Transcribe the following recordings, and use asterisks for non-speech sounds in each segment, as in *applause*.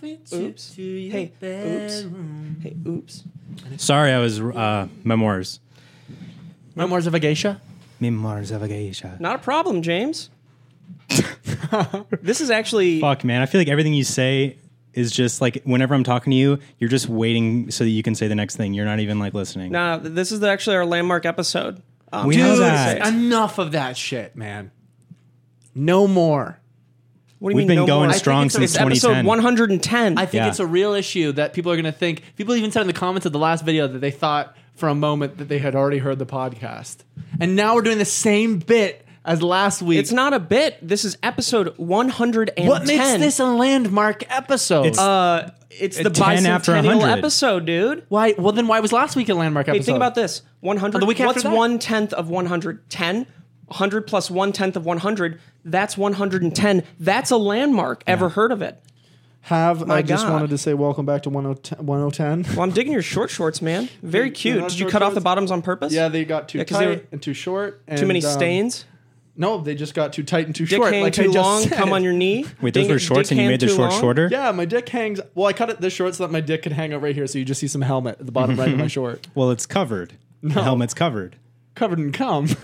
with Oops. you to your Hey, oops. bedroom. Hey, oops. Sorry, I was uh, memoirs. Memoirs of a Geisha. Memoirs of a geisha. Not a problem, *laughs* James. this is actually Fuck, man. I feel like everything you say is just like whenever I'm talking to you, you're just waiting so that you can say the next thing. You're not even like listening. nah, this is actually our landmark episode. Um, We know what do you that. say? Enough of that shit, man. No more. What do you We've mean? no been going more? strong it's a- since It's episode 2010. 110. I think Yeah. it's a real issue that people are going to think. People even said in the comments of the last video that they thought for a moment that they had already heard the podcast. And now we're doing the same bit as last week. it's not a bit. This is episode 110. what makes this a landmark episode? It's- Uh, it's the 10 after bicentennial 100. episode, dude. why? Well, then why was last week a landmark Hey, episode? think about this. 100. the week after what's that? one tenth of 110? 100 plus one tenth of 100. That's 110. That's a landmark. Ever heard of it? Have My I just God. wanted to say welcome back to 1010? 1010. Well, I'm digging your short shorts, man. Very cute. not Did you short cut off the shorts? bottoms on purpose? Yeah, they got too 'cause tight they were- and too short. And, Too many um, stains. No, they just got too tight and too Dick short. hang like I too just long. said. Come on your knee. Wait, those Ding- were shorts dick and you hang made the too shorts long? shorter? *laughs* Yeah, my dick hangs. Well, I cut it this short so that my dick could hang out right here, so you just see some helmet at the bottom right of *laughs* my short, Well, it's covered. The helmet's covered. covered in cum. *laughs*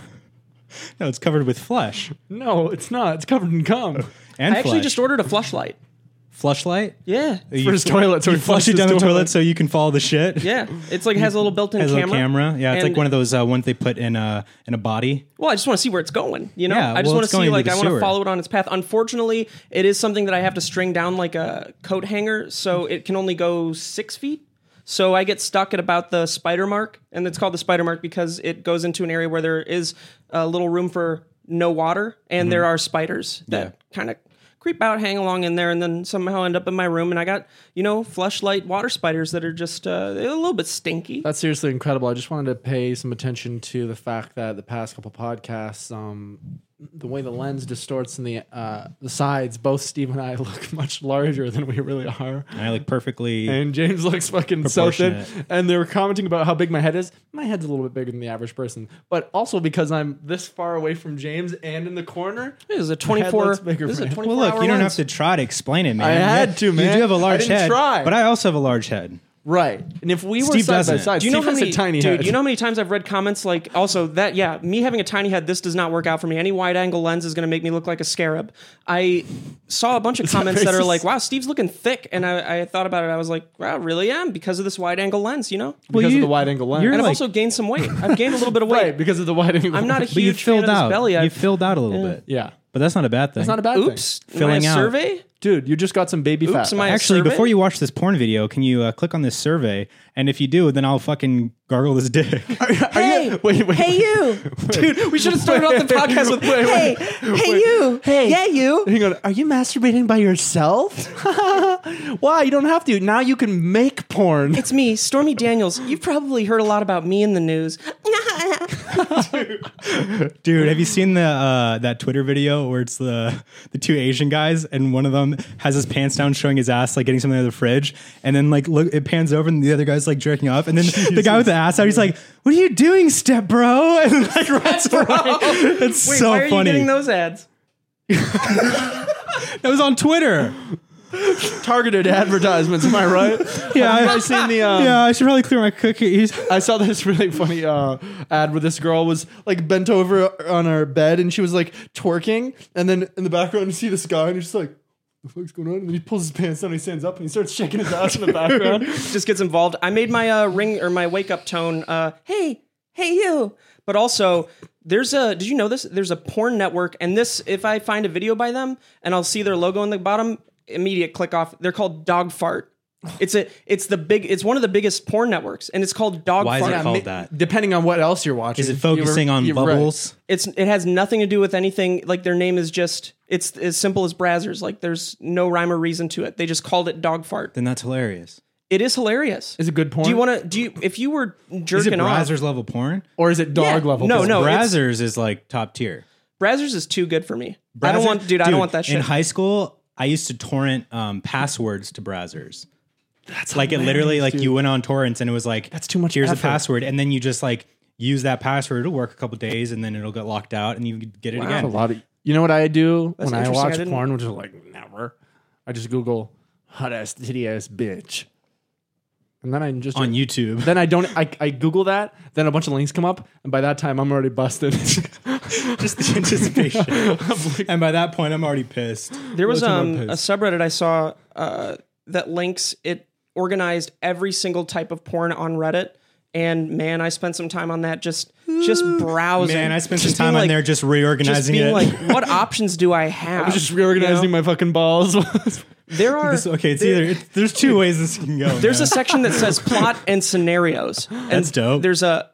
No, it's covered with flesh No, it's not. It's covered in cum. Oh. and I actually flesh. just ordered a flashlight. Flushlight? Yeah. You For his toilet, so you he flush flushes it down the his toilet. so you can follow the shit. Yeah. It's like has a little built-in Has a camera. little camera. Yeah, it's And- like one of those uh, ones they put in a in a body. Well, I just want to see where it's going. You know, Yeah, I just well, want it's to see going like to I the want to sewer. follow it on its path. Unfortunately, it is something that I have to string down like a coat hanger, so it can only go six feet. So I get stuck at about the spider mark, and it's called the spider mark because it goes into an area where there is a little room for no water, and Mm-hmm. there are spiders that kind of creep out, hang along in there, and then somehow end up in my room. And I got you know fleshlight water spiders that are just uh, they're a little bit stinky. Uh, That's seriously incredible. I just wanted to pay some attention to the fact that the past couple podcasts, um, the way the lens distorts and the uh, the sides, both Steve *laughs* and I look much larger than we really are. And I like perfectly. And James looks fucking so thin. Proportionate. And they were commenting about how big my head is. My head's a little bit bigger than the average person, but also because I'm this far away from James and in the corner. This *laughs* is a twenty-four. looks bigger This is for a him. twenty-four. well, look, you hour don't lens. have to try to explain it, man. I You had have- to, man. You do have a large I didn't head, try. but I also have a large head. Right. And if we were Steve side by doesn't. side, Do you know Steve how has many, a tiny dude? head. You know how many times I've read comments like, also that, yeah, me having a tiny head, this does not work out for me. Any wide-angle lens is going to make me look like a scarab. I saw a bunch of comments that, are racist? like, wow, Steve's looking thick, and I, I thought about it. I was like, wow, I really am because of this wide-angle lens, you know. Well, because you- of the wide angle lens. you're and I've like- also gained some weight. I've gained a little bit of weight. right, because of the wide angle I'm not a lens. But you huge fan of filled his out. belly. You I've- filled out a little bit. Yeah. But that's not a bad thing. It's not a bad thing. Oops, Filling my out. survey. Dude, you just got some baby Oops, fat. *laughs* am I a Actually, survey? before you watch this porn video, can you uh, click on this survey? And if you do, then I'll fucking gargle this dick. hey, wait, *laughs* wait, hey, you. dude, we should have Started off the podcast with Hey, hey, you. Hey, yeah, you. Hang on, are you masturbating by yourself? *laughs* Why? You don't have to. Now you can make porn. It's me, Stormy Daniels. You've probably heard a lot about me in the news. *laughs* Dude, have you seen the uh, that Twitter video where it's the the two Asian guys and one of them has his pants down, showing his ass, like getting something out of the fridge, and then like look, it pans over and the other guy's like jerking off, and then the guy with the ass out, he's like, "What are you doing, step bro?" *laughs* And like runs away. It's Wait, so why are you funny. getting those ads? That was on Twitter. targeted advertisements, am I right? Yeah, Have you I- guys seen the um, yeah, I should probably clear my cookies. I saw this really funny uh, ad where this girl was like bent over on her bed and she was like twerking, and then in the background you see this guy and he's just like, "The fuck's going on?" And then he pulls his pants down, and he stands up, and he starts shaking his ass in the background. just gets involved. I made my uh, ring or my wake up tone. Uh, hey, hey you. But also, there's a. Did you know this? There's a porn network, and this. If I find a video by them, and I'll see their logo in the bottom, immediate click off. They're called Dog Fart. It's a. It's the big. It's one of the biggest porn networks, and it's called Dog Why is Fart. it called that? Depending on what else you're watching, Is it focusing on bubbles? It's. It has nothing to do with anything. Like their name is just. It's as simple as Brazzers. Like there's no rhyme or reason to it. They just called it Dog Fart. Then that's hilarious. It is hilarious. Is it good porn? Do you want to? Do you? If you were Is it jerking off, Brazzers level porn? or is it dog Yeah. level? No, porn? no. it's- Brazzers is like top tier. Brazzers is too good for me. I don't Brazzers- want, dude, I don't want that In shit. high school, I used to torrent um, passwords to browsers. That's like it literally like you went on torrents and it was like that's too much Here's effort. a password, and then you just like use that password. It'll work a couple days, and then it'll get locked out, and you get it That's again. a lot of. You know what I do when I interesting. I watch didn't- porn, which is like never. I just Google hot ass titty ass bitch. And then I just on YouTube. Then I don't. I, I Google that. Then a bunch of links come up, and by that time I'm already busted. *laughs* just the *laughs* anticipation. and by that point, I'm already pissed. There was Listen, I'm um, a pissed. subreddit I saw uh, that links it organized every single type of porn on Reddit, and man, I spent some time on that just just browsing. man. I spent some Just time being on like- there just just reorganizing being it. like, *laughs* what options do I have? I'm just reorganizing my fucking balls. *laughs* There are This- *laughs* okay, it's either it's, there's two ways this can go. There's man. a section that *laughs* says plot and scenarios. And That's dope. There's a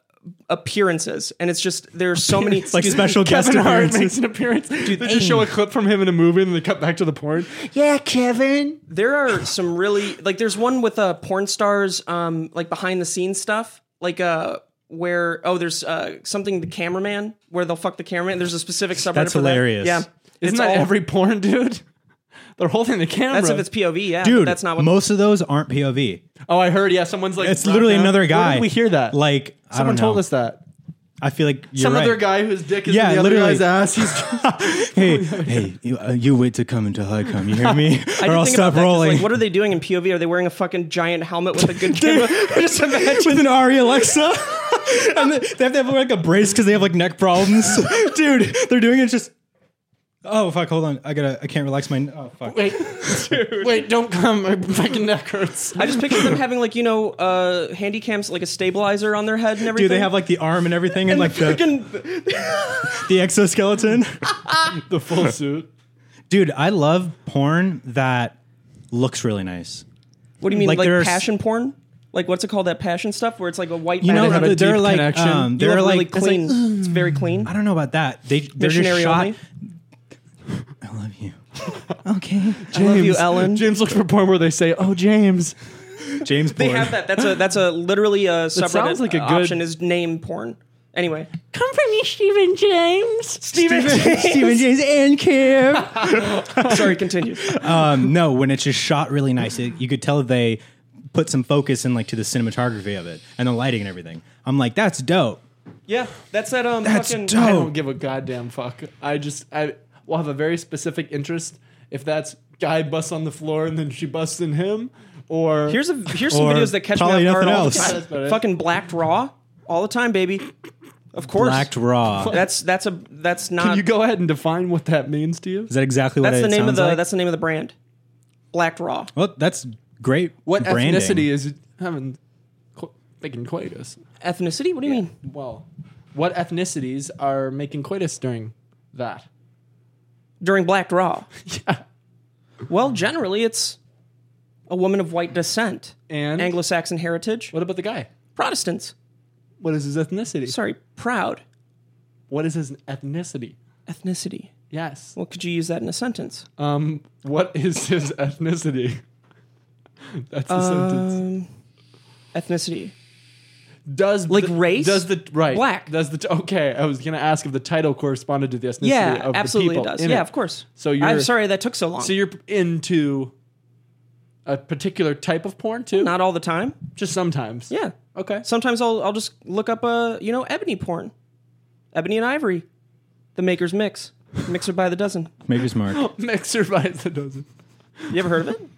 appearances, and it's just there's so many *laughs* like special guest Kevin Hart appearances. makes an appearance. they just show a clip from him in a movie, and they cut back to the porn. Yeah, Kevin. There are some really like there's one with uh porn stars um like behind the scenes stuff like uh where oh there's uh something the cameraman where they'll fuck the cameraman. There's a specific subreddit. That's for that. hilarious. Yeah, Isn't Isn't It's that all- every porn dude? They're holding the camera. That's if it's POV. Yeah, But Dude, that's not what. most of those aren't POV. oh, I heard. Yeah, someone's like. It's literally knocked out. another guy. Where did we hear that? Like someone I don't told know. us that. I feel like you're Some right. other guy *laughs* whose dick is Yeah, in the literally. other guy's ass. *laughs* He's *laughs* hey, hey, you, uh, you wait to come until I come. You *laughs* hear me? I or did I'll think about stop that, 'cause, rolling. Like, what are they doing in POV? Are they wearing a fucking giant helmet with a *laughs* good camera? *laughs* just imagine. with an Ari Alexa. *laughs* and they they have to have like a brace because they have like *laughs* neck problems. Dude, they're doing it just. Oh fuck! Hold on, I gotta. I can't relax my. Oh fuck! wait, wait, don't come. My fucking neck hurts. I just picture them having like you know uh handy cams like a stabilizer on their head and everything. Dude, they have like the arm and everything, and like the, Freaking- the exoskeleton. *laughs* *laughs* The full suit. Dude, I love porn that looks really nice. what do you mean Like, like, there are s- passion porn? Like what's it called that passion stuff where it's like a white You know, man and a a they're deep like, connection. um, You they're look like, really it's like, clean. it's very clean. I don't know about that. They they're just Missionary shot. only. I love *laughs* you. Okay, I love you, Ellen. James looks for porn where they say, "Oh, James." James. They porn. have that. That's a that's a literally a subreddit sounds like a uh, good- option is name porn. Anyway, Come for me, Stephen James. Stephen James and Kim. sorry, continue. um, no, when it's just shot really nice, it, you could tell they put some focus in like to the cinematography of it and the lighting and everything. I'm like, that's dope. Yeah, that's that um That's fucking dope. I don't give a goddamn fuck. I just I will have a very specific interest if that's guy busts on the floor and then she busts in him, or Here's a here's some Or videos that catch probably me off guard nothing all else. the That's about time. it. Fucking blacked raw all the time, baby. Of course. Blacked raw. That's that's a that's not Can you go ahead and define what that means to you? Is that exactly what That's the it name of sounds the like? that's the name of the brand. Black Raw. well, that's great. What branding. ethnicity is having qu- making coitus? Ethnicity? What do you mean? Well, what ethnicities are making coitus during *laughs* that? During Black Raw. Yeah. Well, generally it's a woman of white descent, And Anglo-Saxon heritage, what about the guy? Protestants. What is his ethnicity? Sorry, proud What is his ethnicity? ethnicity. Yes. Well, could you use that in a sentence? Um. What is his *laughs* ethnicity? That's the sentence. Um, ethnicity. Does Like the- race? Does the right Black. Does the okay? I was gonna ask if the title corresponded to the ethnicity Yeah, of absolutely the it people. does. in Yeah, it. of course. So you're I'm sorry that took so long. So you're into a particular type of porn too? not all the time. just sometimes. Yeah. Okay. *laughs* Sometimes I'll I'll just look up a you know ebony porn, ebony and ivory, the maker's mix, mixer by the dozen. Maker's Mark. *laughs* Mixer by the dozen. You ever *laughs* heard of it?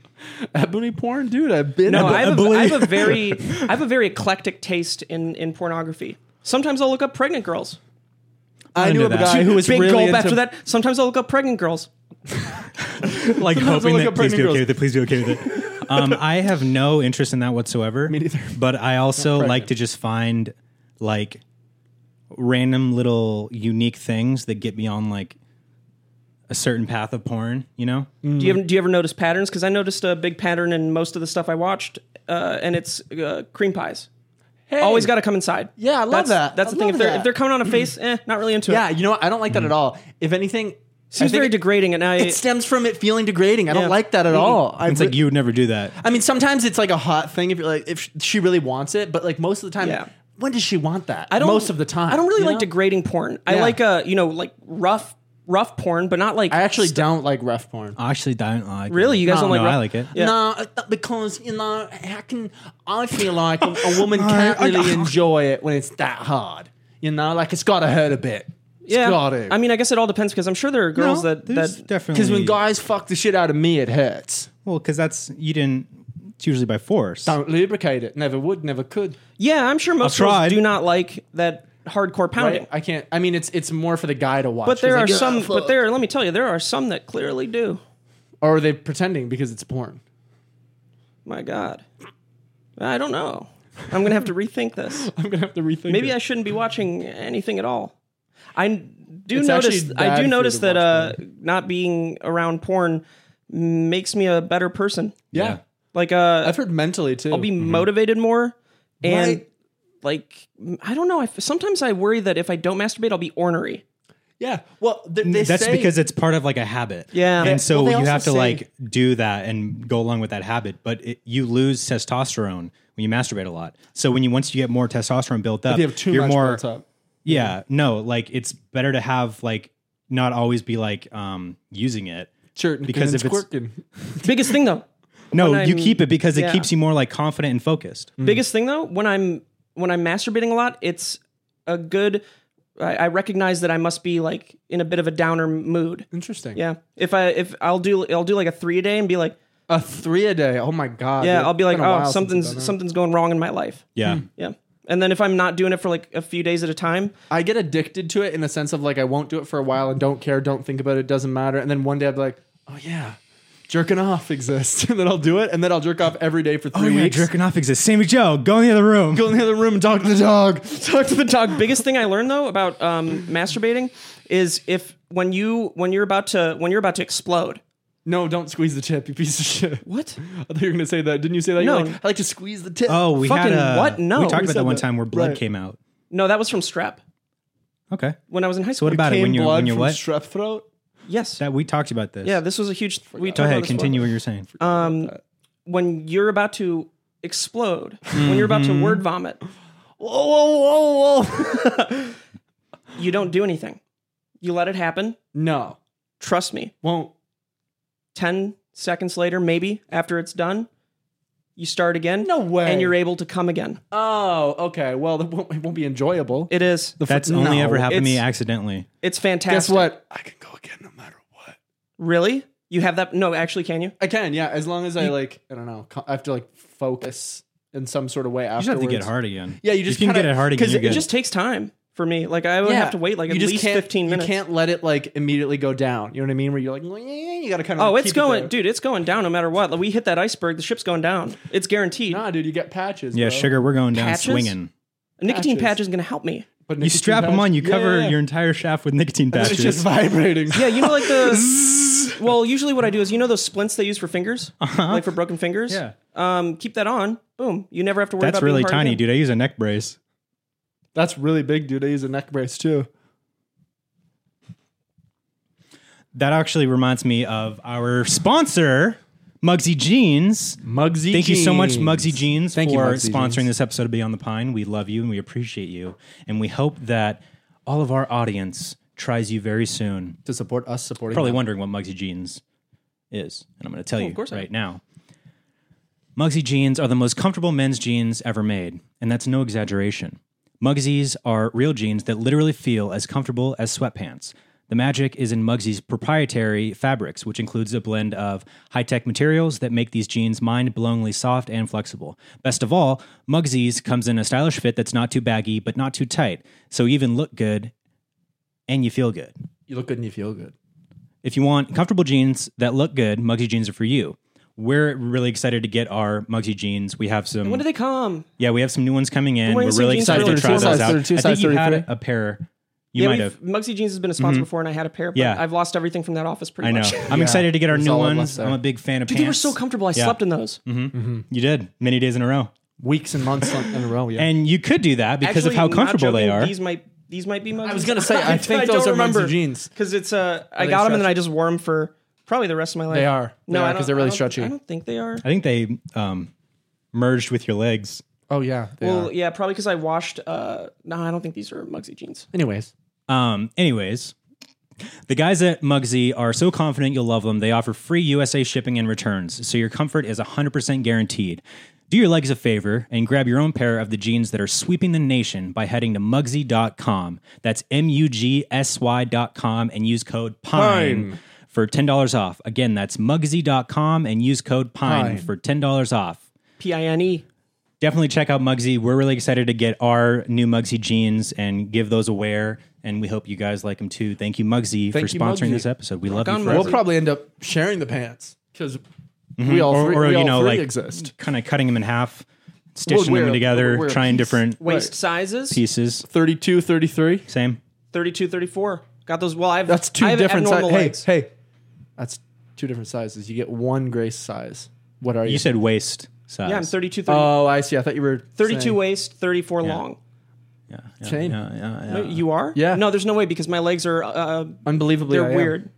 Ebony porn, dude. I've been. No, Ab- I have, a, aboli- I have a very I have a very eclectic taste in in pornography. Sometimes I'll look up pregnant girls. I into knew of a that. guy who was Big really gulp into after that. Sometimes I'll look up pregnant girls. like I hoping look that up please pregnant be okay girls. with it. Please be okay with it. *laughs* Um, I have no interest in that whatsoever. Me neither. *laughs* But I also pregnant. like to just find like random little unique things that get me on like a certain path of porn. You know, Do you ever, do you ever notice patterns? Because I noticed a big pattern in most of the stuff I watched, uh, and it's uh, cream pies. Hey. Always got to come inside. Yeah, I love that's, that. That's I the thing. love If they're that. if they're coming on *clears throat* a face, eh, not really into Yeah, it. you know what? I don't like that Hmm. at all. If anything, I Seems think very it- degrading, and I It stems from it feeling degrading. I Yeah. Mm-hmm. don't like that at all. I it's re- like you would never do that. I mean, sometimes it's like a hot thing if you're like if sh- she really wants it, but like most of the time, Yeah. when does she want that? I don't, most of the time. I don't really you like know? degrading porn. I Yeah. like uh, you know, like rough, rough porn, but not like. I actually don't like ref porn. I actually don't like. really, it. Oh, you guys don't no, like. rough? I like it. Yeah. Uh, No, uh, because you know, how can I feel like a, a *laughs* woman can't I- I- really enjoy it when it's that hard? You know, like it's got to hurt a bit. It's yeah. got to. I mean, I guess it all depends because I'm sure there are girls No, that there's Mm. that definitely because when guys fuck the shit out of me, it hurts. Well, because that's you didn't. It's usually by force. Don't lubricate it. Never would, never could. Yeah, I'm sure most tried. girls do not like that hardcore pounding. I, I can't. I mean, it's it's more for the guy to watch. But there He's are like, some. But there, let me tell you, there are some that clearly do. or are they pretending because it's porn? *laughs* My God, I don't know. I'm gonna have to *laughs* rethink this. I'm gonna have to rethink. Maybe I shouldn't be watching anything at all. I do It's actually notice. bad I for do you notice to that uh, watch not being around porn makes me a better person. Yeah. Like uh, I've heard mentally too. I'll be motivated more, and Right. like I don't know. I, sometimes I worry that if I don't masturbate, I'll be ornery. yeah. Well, they, they that's say- because it's part of like a habit. Yeah. And so well, they you also have to say- like do that and go along with that habit, but it, you lose testosterone when you masturbate a lot. So when you once you get more testosterone built up, they have too you're much more built up. Yeah, no, like it's better to have like not always be like um using it. Sure, Because because it's if it's- working. Biggest *laughs* thing though. No, When you I'm- keep it because it yeah. Mm-hmm. keeps you more like confident and focused. Mm. Biggest thing though, when I'm when I'm masturbating a lot, it's a good. I, I recognize that I must be like in a bit of a downer mood. Interesting. Yeah, if I if I'll do I'll do like a three a day and be like, A three a day. Oh my god. yeah, dude. I'll be like, It's been a while since oh, I've something's done that. something's going wrong in my life. Yeah. Yeah, and then if I'm not doing it for like a few days at a time, *laughs* I get addicted to it in the sense of like I won't do it for a while and don't care, don't think about it, doesn't matter. And then one day I'll be like, oh yeah, jerking off exists. *laughs* And then I'll do it, and then I'll jerk off every day for Oh three yeah, weeks. jerking off exists. Sammy Joe, go in the other room. Go in the other room and talk to the dog. *laughs* Talk to the dog. dog. Biggest thing I learned though about um, masturbating is if when you when you're about to when you're about to explode. No, don't squeeze the tip, you piece of shit. What? *laughs* I thought you were gonna say that. Didn't you say that? You're No. like, I like to squeeze the tip. Oh, we Fucking had a, what? No, we we talked about said that one that. time where blood Right. came out. No, that was from strep Okay. when I was in high school. What about it when Came you're blood when you're from what? strep throat. yes? that we talked about this. yeah, this was a huge. We Go talked about ahead, this one. continue what you're saying. Um, when you're about to explode, when you're about to word vomit, Whoa, whoa, whoa, whoa. *laughs* you don't do anything. You let it happen. no, Trust me. won't. Ten seconds later, maybe after it's done, you start again. No way. And you're able to come again. Oh, okay. Well, it won't, it won't be enjoyable. It is. The fr- That's only No. ever happened to me it's- accidentally. It's fantastic. Guess what? I can go again no matter what. Really? You have that? No, actually, can you? I can, yeah. As long as I like, I don't know. co- I have to like focus in some sort of way You afterwards. just have to get hard again. Yeah, you just if you can kinda- get it hard again. 'cause You're It good. just takes time for me. Like I would Yeah. have to wait like you at just least can't, fifteen minutes. You can't let it like immediately go down. You know what I mean? Where you're like, "Well, yeah, yeah, yeah," you got to kind of. Oh, it's going, dude. It's going down no matter what. Like, we hit that iceberg, the ship's going down. It's guaranteed. Nah, dude, you get patches. yeah, bro. sugar, we're going down Patches? swinging. a nicotine patches. patch isn't going to help me. But You strap them on, you cover your entire shaft with nicotine *laughs* It's *laughs* patches. just *laughs* vibrating. Yeah, you know, like the. *laughs* well, usually what I do is you know those splints they use for fingers, Uh-huh. like for broken fingers. Yeah. Um, keep that on. Boom. You never have to worry That's about. being really hard tiny, again. dude. I use a neck brace. That's really big, dude. I use a neck brace too. That actually reminds me of our sponsor, Mugsy Jeans. Mugsy. Thank you so much, Mugsy Jeans, Thank you, for Mugsy sponsoring Jeans. this episode of Beyond the Pine. We love you and we appreciate you. And we hope that all of our audience tries you very soon. to support us supporting. Probably them. wondering what Mugsy Jeans is. And I'm going to tell you Oh, course I right now. Mugsy jeans are the most comfortable men's jeans ever made, and that's no exaggeration. Mugsy's are real jeans that literally feel as comfortable as sweatpants. The magic is in Mugsy's proprietary fabrics, which includes a blend of high tech materials that make these jeans mind blowingly soft and flexible. Best of all, Mugsy's comes in a stylish fit that's not too baggy but not too tight, so you even look good and you feel good. you look good and you feel good. If you want comfortable jeans that look good, Mugsy jeans are for you. We're really excited to get our Mugsy jeans. We have some. When do they come? yeah, we have some new ones coming in. When We're is the really jeans excited to really try two those size, out. I 32, think size you had 33? a pair. You yeah, might we've- have. Mm-hmm. Mugsy Jeans has been a sponsor before, and I had a pair. But Yeah. I've lost everything from that office pretty I know. much. I'm excited to get our It's new all I've left ones. there. I'm a big fan of Dude, pants. *laughs* they were so comfortable. I Yeah. Mm-hmm. slept in those. You did many days in a row, Weeks and months in a row. Yeah. and you could do that because of Actually, how not comfortable they joking, are. These might these might be Mugsy. I was gonna *laughs* say, I think those are Mugsy jeans. because it's uh, I they got them and then stretchy? I just wore them for probably the rest of my life. They are. They no, are, I don't- 'cause they're really I don't- stretchy. I don't think they are. I think they um, merged with your legs. Oh yeah. They Well, yeah, probably because I washed. Uh, no, I don't think these are Mugsy jeans. Anyways, Um, anyways, the guys at Mugsy are so confident you'll love them. They offer free USA shipping and returns, so your comfort is 100% guaranteed. Do your legs a favor and grab your own pair of the jeans that are sweeping the nation by heading to mugsy.com. That's M U G S Y.com and use code PINE, Pine. for $10 off. Again, that's mugsy.com and use code Pine. PINE, for $10 off. P I N E. Definitely check out Mugsy. We're really excited to get our new Mugsy jeans and give those a wear. And we hope you guys like them too. Thank you, Mugsy, Thank for you, sponsoring Mugsy. this episode. We love on, you Mugsy. We'll forever. probably end up sharing the pants because we all three, we all three exist. kind of cutting them in half, stitching wear them a- together, we'll wear a trying piece. different Waist sizes pieces. 32, 33. Same. 32, 34. Got those. Well, I have That's two I have different abnormal sizes. legs. Hey, hey, that's two different sizes. You get one grace size. What are you? You said waist size. Yeah, I'm 32, 30, oh, I see. I thought you were 32 saying- waist, 34 long. Yeah, yeah, Shane? yeah, yeah, yeah. You are? Uh, Yeah. No, there's no way because my legs are uh, Unbelievably, I they're am. weird.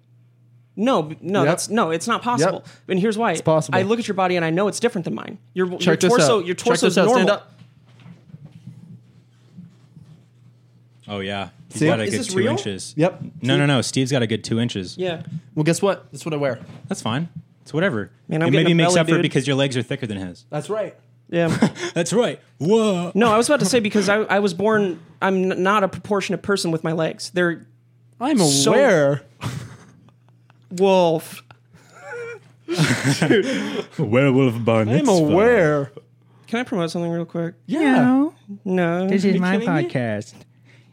No, b- no, Yep. that's no, it's not possible. Yep. And here's why: it's possible. I look at your body and I know it's different than mine. Your, your Check this torso, out. your Check torso's this out. Stand normal. up. Oh yeah, he's got a Is good this two real? inches. Yep. No, no, no. Steve's got a good two inches. Yeah. Well, guess what? That's what I wear. that's fine. It's whatever. Man, I'm it getting maybe a makes belly, up for it dude. because your legs are thicker than his. That's right. Yeah. That's right. Whoa. no, I was about to say because I, I was born. I'm n- not a proportionate person with my legs. They're I'm So- aware. wolf. Werewolf bun. I'm aware. Can I promote something real quick? Yeah. No. This is my kidding me? podcast.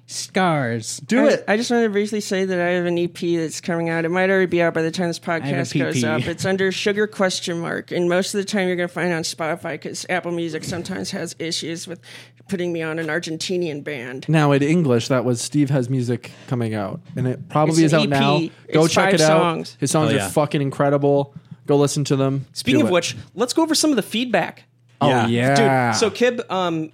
Scars. Do it. I just want to briefly say that I have an EP that's coming out. It might already be out by the time this have a podcast PP. goes up. It's under Sugar Question Mark, and most of the time you're going to find it on Spotify because Apple Music sometimes has issues with putting me on an Argentinian band. now in English, that was Steve has music coming out, and it probably is It's out an now. EP. Go It's check five it out. songs. His songs Hell are yeah. fucking incredible. Go listen to them. Speaking Do of it. which, let's go over some of the feedback. oh yeah, Dude, so Kib, um,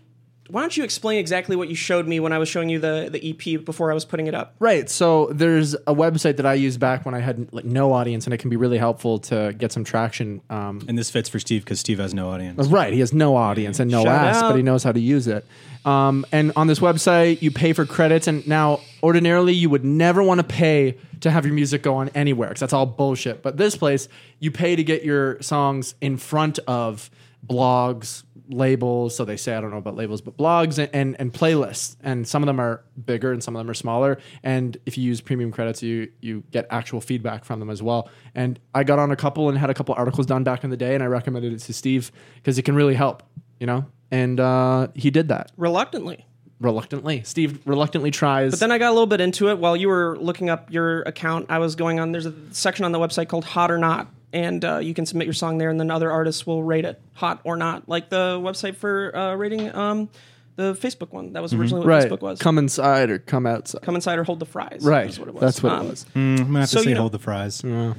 why don't you explain exactly what you showed me when I was showing you the, the EP before I was putting it up? Right. So there's a website that I used back when I had like no audience, and it can be really helpful to get some traction. Um, And this fits for Steve because Steve has no audience. right. He has no audience and no Shout ass, out. but he knows how to use it. Um, and on this website, you pay for credits, and now ordinarily you would never want to pay to have your music go on anywhere because that's all bullshit. But this place, you pay to get your songs in front of blogs, labels. So they say I don't know about labels, but blogs and, and and playlists. And some of them are bigger and some of them are smaller. And if you use premium credits, you you get actual feedback from them as well. And I got on a couple and had a couple articles done back in the day, and I recommended it to Steve because it can really help, you know. And uh, he did that Reluctantly. reluctantly. Steve reluctantly tries. Then I got a little bit into it while you were looking up your account. I was going on. There's a section on the website called "Hot or Not," and uh, you can submit your song there, and then other artists will rate it hot or not, like the website for uh, rating um, the Facebook one. That was originally what right, Facebook was. come inside or come outside. Come inside or hold the fries. right, is what it was. that's what Um, it was. Mm, I'm gonna have So, to say you know- hold the fries.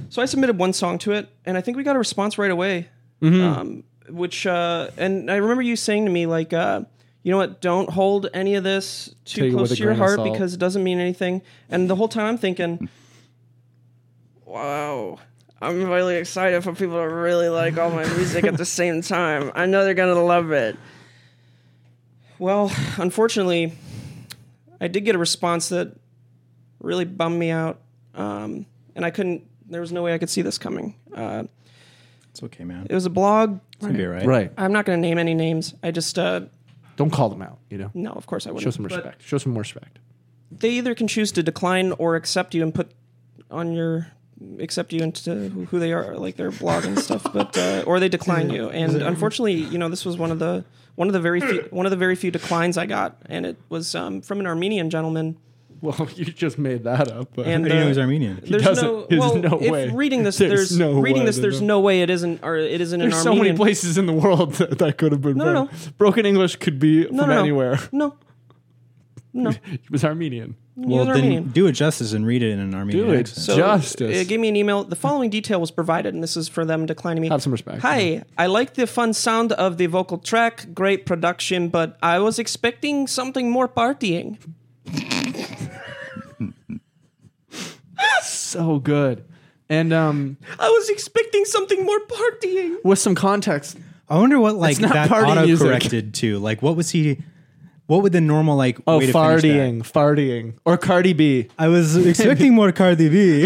So I submitted one song to it, and I think we got a response right away. Mm-hmm. Um, which uh, and I remember you saying to me like, uh, you know what? Don't hold any of this too Take it with close a to your grain of heart salt. because it doesn't mean anything. And the whole time I'm thinking, wow. I'm really excited for people to really like all my music *laughs* at the same time. I know they're gonna love it. Well, unfortunately, I did get a response that really bummed me out, um, and I couldn't. There was no way I could see this coming. Uh, It's okay, man. it was a blog. It's gonna be all right. Right, I'm not going to name any names. I just uh, don't call them out. You know, no, of course I wouldn't. show some Mm. But respect. Show some more *laughs* respect. They either can choose to decline or accept you and put on your accept you into who they are, like their blog and *laughs* stuff. But uh, or they decline you. And unfortunately, you know, this was one of the one of the very few one of the very few declines I got, and it was um, from an Armenian *laughs* gentleman. Well, you just made that up. But. And How do you know uh, he's Armenian? There's doesn't. no There's well. no if way. reading this, There's there's, no reading way this. that There's no- no way it isn't. Or it isn't an There's so Armenian. many places in the world *laughs* that, that could have been No, no, broken. Broken English could be no, from no, no. anywhere. *laughs* *laughs* No, It was Armenian. he Well, was then Armenian. do it justice and read it in an Armenian Do it. accent. So- Justice. It gave me an email. The following detail was provided, and this is for them declining me. Have some respect. Hi, I like the fun sound of the vocal track. Great production, but I was expecting something more partying. So good. And um, I was expecting something more partying. with some context, I wonder what like not that party auto music. corrected to. Like, what was he? what would the normal like Oh, way to finish that? fartying, fartying, or Cardi B. *laughs* I was expecting more Cardi B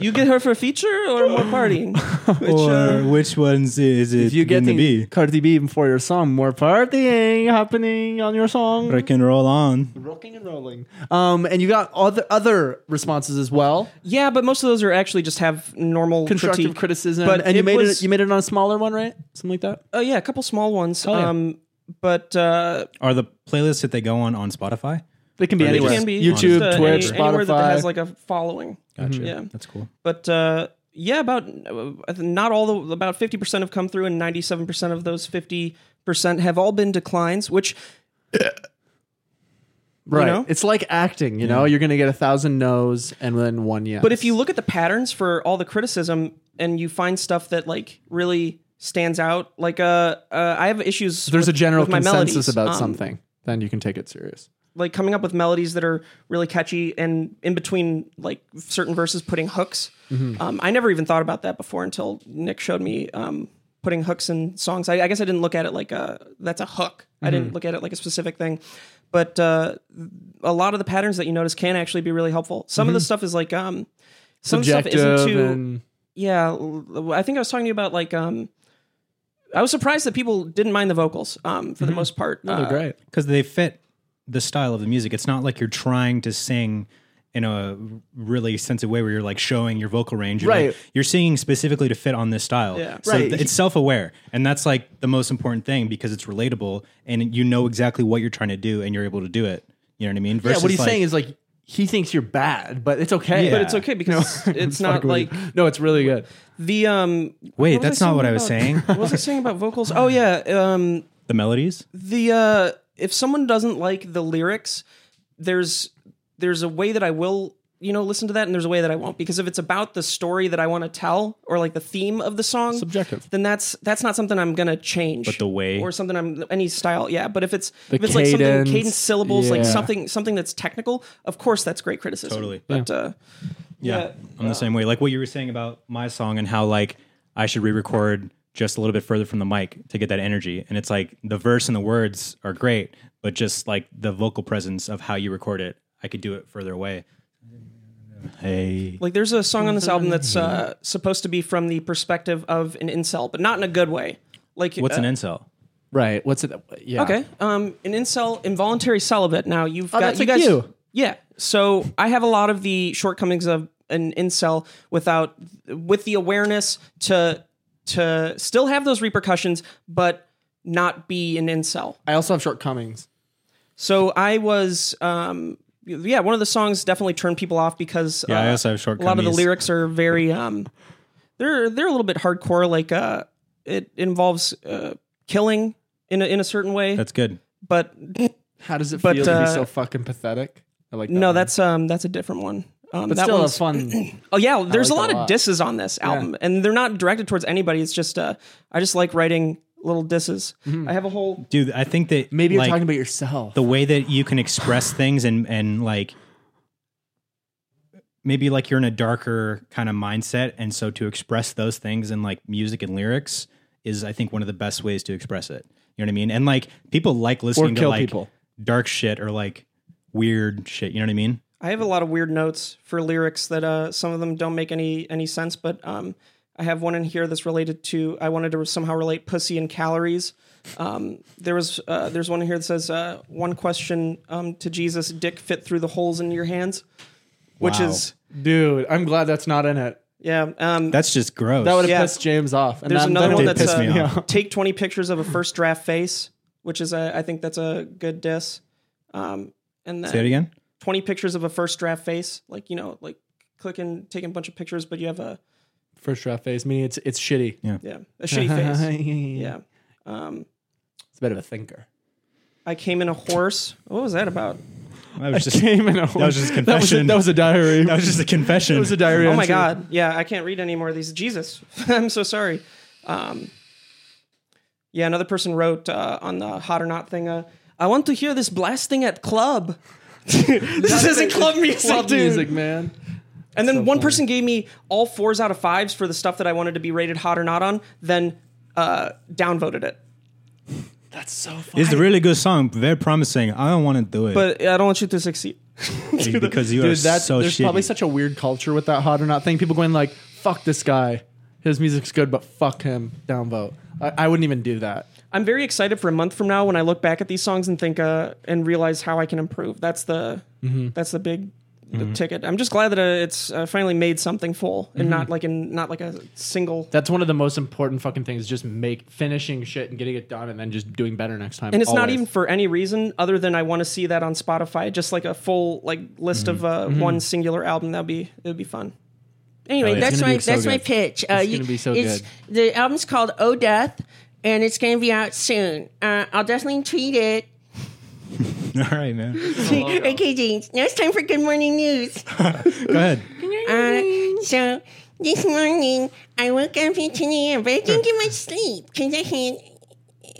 You get her for a feature or *laughs* more partying? or which ones is it uh, If you going to getting be? Cardi B for your song, more partying happening on your song. Rock and roll on. Rocking and rolling. Um, and you got other other responses as well. yeah, but most of those are actually just have normal Constructive critique. criticism. But and you it made was- it you made it on a smaller one, right? Something like that. Oh yeah, a couple small ones. yeah. Um, but uh, Are the playlists that they go on on Spotify? They can be Or they anywhere. it can be YouTube, just, uh, Twitch, any- anywhere Spotify. that has like a following. Gotcha. Yeah. That's cool. But uh, yeah, about uh, not all the about fifty percent have come through, and ninety seven percent of those fifty percent have all been declines, which right. know? It's like acting. You know, you're gonna get a thousand no's and then one yes. But if you look at the patterns for all the criticism and you find stuff that like really stands out, like uh, uh I have issues. there's a with- general with my consensus melodies, about um, something, then you can take it serious. like coming up with melodies that are really catchy and in between like certain verses putting hooks. Mm-hmm. Um, I never even thought about that before until Nick showed me um, putting hooks in songs. I, I guess I didn't look at it like a that's a hook. I didn't Mm-hmm. look at it like a specific thing, but uh, a lot of the patterns that you notice can actually be really helpful. Some of the stuff is like um, some of the stuff Mm-hmm. Subjective isn't too and yeah l- l- i think i was talking to you about like um i was surprised that people didn't mind the vocals um for the most part Mm-hmm. they're Uh, great. Because they fit the style of the music. It's not like you're trying to sing in a really sensitive way where you're like showing your vocal range. You're Right. Like, you're singing specifically to fit on this style. Yeah. So Right. th- it's self aware. And that's like the most important thing because it's relatable and you know exactly what you're trying to do and you're able to do it. You know what I mean? Yeah, Versus what he's like- saying is like he thinks you're bad, but it's okay. Yeah. but it's okay *laughs* because it's not like no, it's really good. the um Wait, what was that's not what I was about- saying. what was i saying about vocals oh yeah um the melodies? the uh if someone doesn't like the lyrics there's there's a way that i will you know listen to that and there's a way that i won't because if it's about the story that i want to tell or like the theme of the song Subjective. then that's that's not something i'm gonna change But the way- or something i'm any style yeah but if it's The if it's like something cadence, cadence syllables like yeah. something something that's technical of course that's great criticism Totally. but uh Yeah, yeah I'm the same way. Like what you were saying about my song and how like I should re-record just a little bit further from the mic to get that energy. And it's like the verse and the words are great, but just like the vocal presence of how you record it, I could do it further away. Hey, Like there's a song on this Mm-hmm. album that's uh, supposed to be from the perspective of an incel, but not in a good way. Like what's uh, an incel? Right. What's it? Yeah. Okay. Um, an incel, involuntary celibate. Now you've got Oh, that's you like guys. you. Yeah. So I have a lot of the shortcomings of an incel without with the awareness to to still have those repercussions, but not be an incel. I also have shortcomings. So I was. Um, yeah, one of the songs definitely turned people off because Yeah, I uh, also a have lot of the shortcomings. lyrics are very um they're they're a little bit hardcore like uh it involves uh killing in a, in a certain way That's good. but How does it But, feel to be uh, so fucking pathetic? I like that no one. that's um that's a different one um But that still a one's *clears throat* fun. oh yeah there's like a lot that a of lot. disses on this album and they're not directed towards anybody it's just uh i just like writing little disses i have a whole Dude, I think that Maybe you're like, talking about yourself. the way that you can express things and and like maybe like you're in a darker kind of mindset and so to express those things in like music and lyrics is i think one of the best ways to express it you know what i mean and like people like listening to kill like people. dark shit or like weird shit you know what i mean i have a lot of weird notes for lyrics that uh some of them don't make any any sense but um I have one in here that's related to. I wanted to somehow relate pussy and calories. Um, there was uh, there's one in here that says uh, one question um, to Jesus: Dick fit through the holes in your hands, which Wow. is Dude, I'm glad that's not in it. yeah. Um, that's just gross That would have Yeah. pissed James off. And there's that- another that one did that's piss uh, me off. take 20 pictures of a first draft face, which is a, I think that's a good diss. Um, and say it then again 20 pictures of a first draft face, like you know, like clicking, taking a bunch of pictures, but you have a First draft phase. Meaning it's it's shitty. yeah, a shitty *laughs* *laughs* face. Yeah. Um, It's a bit of a thinker. I came in a horse. What was that about? that *laughs* was just Came in a *laughs* that was just a That was a, confession. that was a diary. that was just a confession It was a diary. Oh my entry. God. Yeah, I can't read any more of these. Jesus, *laughs* I'm so sorry. Um, yeah, another person wrote uh, on the hot or not thing. Uh, I want to hear this blasting at club. *laughs* this isn't club music, Club dude. music, man. and then one person gave me all fours out of fives for the stuff that I wanted to be rated hot or not on, then uh, downvoted it. That's so funny. It's a really good song, very promising. I don't want to do it But I don't want you to succeed. *laughs* because you are Dude, that's so there's shitty. probably such a weird culture with that hot or not thing. People going like, "Fuck this guy, his music's good, but fuck him, downvote." I, I wouldn't even do that. I'm very excited for a month from now when I look back at these songs and think uh, and realize how I can improve. That's the Mm-hmm. that's the big the ticket. I'm just glad that uh, it's uh, finally made something full Mm-hmm. and not like in not like a single. That's one of the most important fucking things. Just make finishing shit and getting it done, and then just doing better next time. And it's not always. even for any reason other than I want to see that on Spotify, just like a full like list Mm-hmm. of uh, one singular album. That'd be it'd be fun. Anyway, yeah. that's Oh, It's my gonna be so that's my good. pitch. Uh, It's you- gonna be so it's- good. The album's called Oh Death, and it's gonna be out soon. Uh, I'll definitely tweet it. *laughs* All right, man. *laughs* okay, James. Now it's time for Good Morning News. Go *laughs* ahead. Uh, so this morning I woke up at 10 a.m., but I didn't get much sleep because I had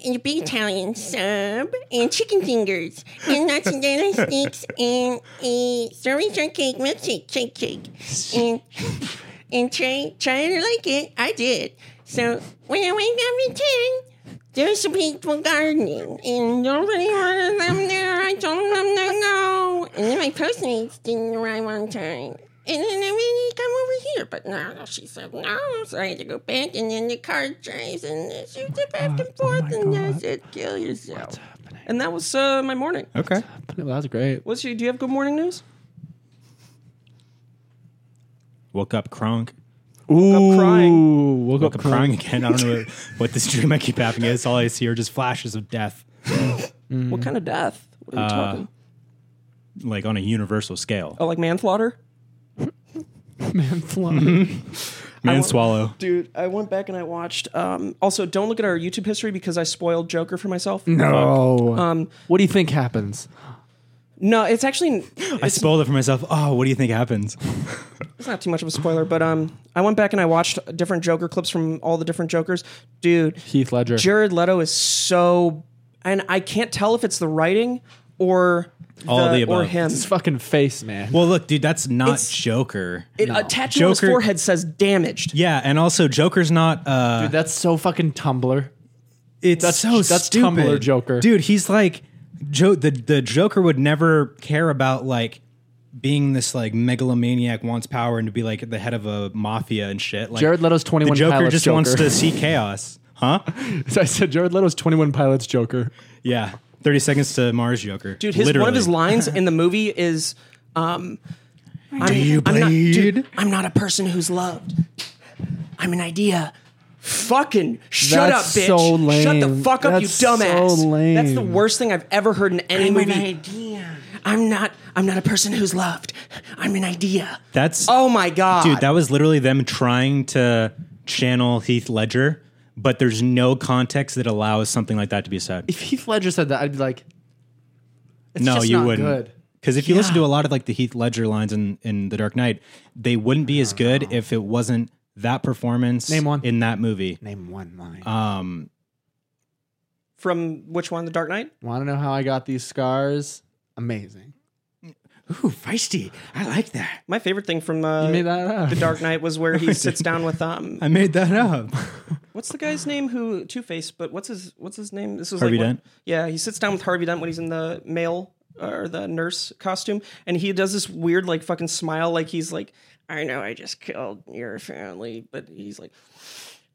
a big Italian sub and chicken fingers and mozzarella sticks and a strawberry shortcake milkshake shake shake. And, and try, try it or like it, I did. So when I wake up at 10, there's some people gardening, and nobody wanted them there. I told them to go. And then my postmates didn't arrive on time. And then I went, come over here. But no, she said no. So I had to go back, and then the car drives, and it shoots up back Oh, and forth, and I said, kill yourself. And that was uh, my morning. Okay. Well, that's great. What's your, do you have good morning news? Woke up crunk. Ooh, crying. Woke Woke up crying again. I don't know what this dream I keep having is. All I see are just flashes of death, What kind of death? What are we Uh. talking? like on a universal scale. Oh, like manslaughter? *laughs* man flying. Man, swallow. Dude, I went back and I watched. Um, also, don't look at our YouTube history because I spoiled Joker for myself. No. Um, what do you think happens? no, it's actually I spoiled it for myself. Oh, what do you think happens? it's not too much of a spoiler, but um, I went back and I watched different Joker clips from all the different Jokers. Dude, Heath Ledger. Jared Leto is so, and I can't tell if it's the writing or All the or above. him. His fucking face, man. Well, look, dude, that's not It's- Joker. It, A tattoo on his Joker- Uh, forehead says "damaged." yeah, and also Joker's not. uh Dude, that's so fucking Tumblr. It's That's- so that's stupid. Tumblr Joker. dude. He's like, jo- the the Joker would never care about like being this like megalomaniac wants power and to be like at the head of a mafia and shit. Like Jared Leto's 21 The Joker Pilots just Joker. wants to see chaos, huh? I said Jared Leto's 21 Pilots Joker. Yeah, Thirty Seconds to Mars Joker, Dude, his one of his *laughs* lines in the movie is, um, I'm, you I'm not, dude, bleed? I'm not a person who's loved. I'm an idea. Fucking shut That's up, bitch. so lame. Shut the fuck up, That's you dumbass. so lame. That's the worst thing I've ever heard in any I'm an movie. idea. I'm not I'm not a person who's loved. I'm an idea. That's Oh my god. dude. That was literally them trying to channel Heath Ledger, but there's no context that allows something like that to be said. If Heath Ledger said that, I'd be like, it's no, just you not wouldn't. good. Because if you listen to a lot of like the Heath Ledger lines in in The Dark Knight, they wouldn't be as good if it wasn't that performance Name one. in that movie. name one line. Um, From which one? The Dark Knight? Want to know how I got these scars? Amazing. ooh, feisty. I like that. My favorite thing from uh, You made that up. The Dark Knight was where he sits down with um I made that up. *laughs* what's the guy's name who Two Face, but what's his what's his name? This was Harvey like when- Dent? yeah, he sits down with Harvey Dent when he's in the male or the nurse costume, and he does this weird like fucking smile, like he's like, I know I just killed your family, but he's like,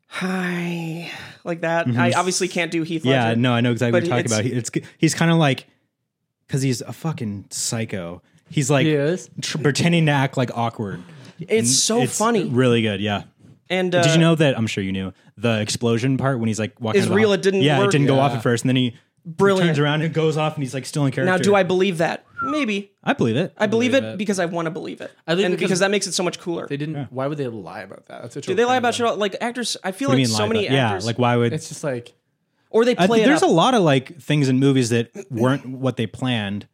hi, like that. I obviously can't do Heath. Mm-hmm. yeah, Ledger. no, I know exactly what But you're talking it's- about. He, it's he's kind of like because he's a fucking psycho. He's like He is. tr- pretending to act like awkward. it's so It's funny. Really good. Yeah. and uh, Did you know that? I'm sure you knew the explosion part when he's like walking. Is out of the real, ho- it didn't Yeah, work? it didn't go off Yeah. at first, and then he Brilliant. turns around and goes off, and he's like still in character. Now, do I believe that? Maybe. I believe it. I believe, it, because I want to believe it. I think and because- because, that makes it so much cooler. They didn't. Why would they lie about that? That's such a Do they lie thing. about shit? All, like actors, I feel What do like you mean so lie many about- yeah, actors, like why would? It's just like or they I play think it there's up. a lot of like things in movies that weren't what they planned,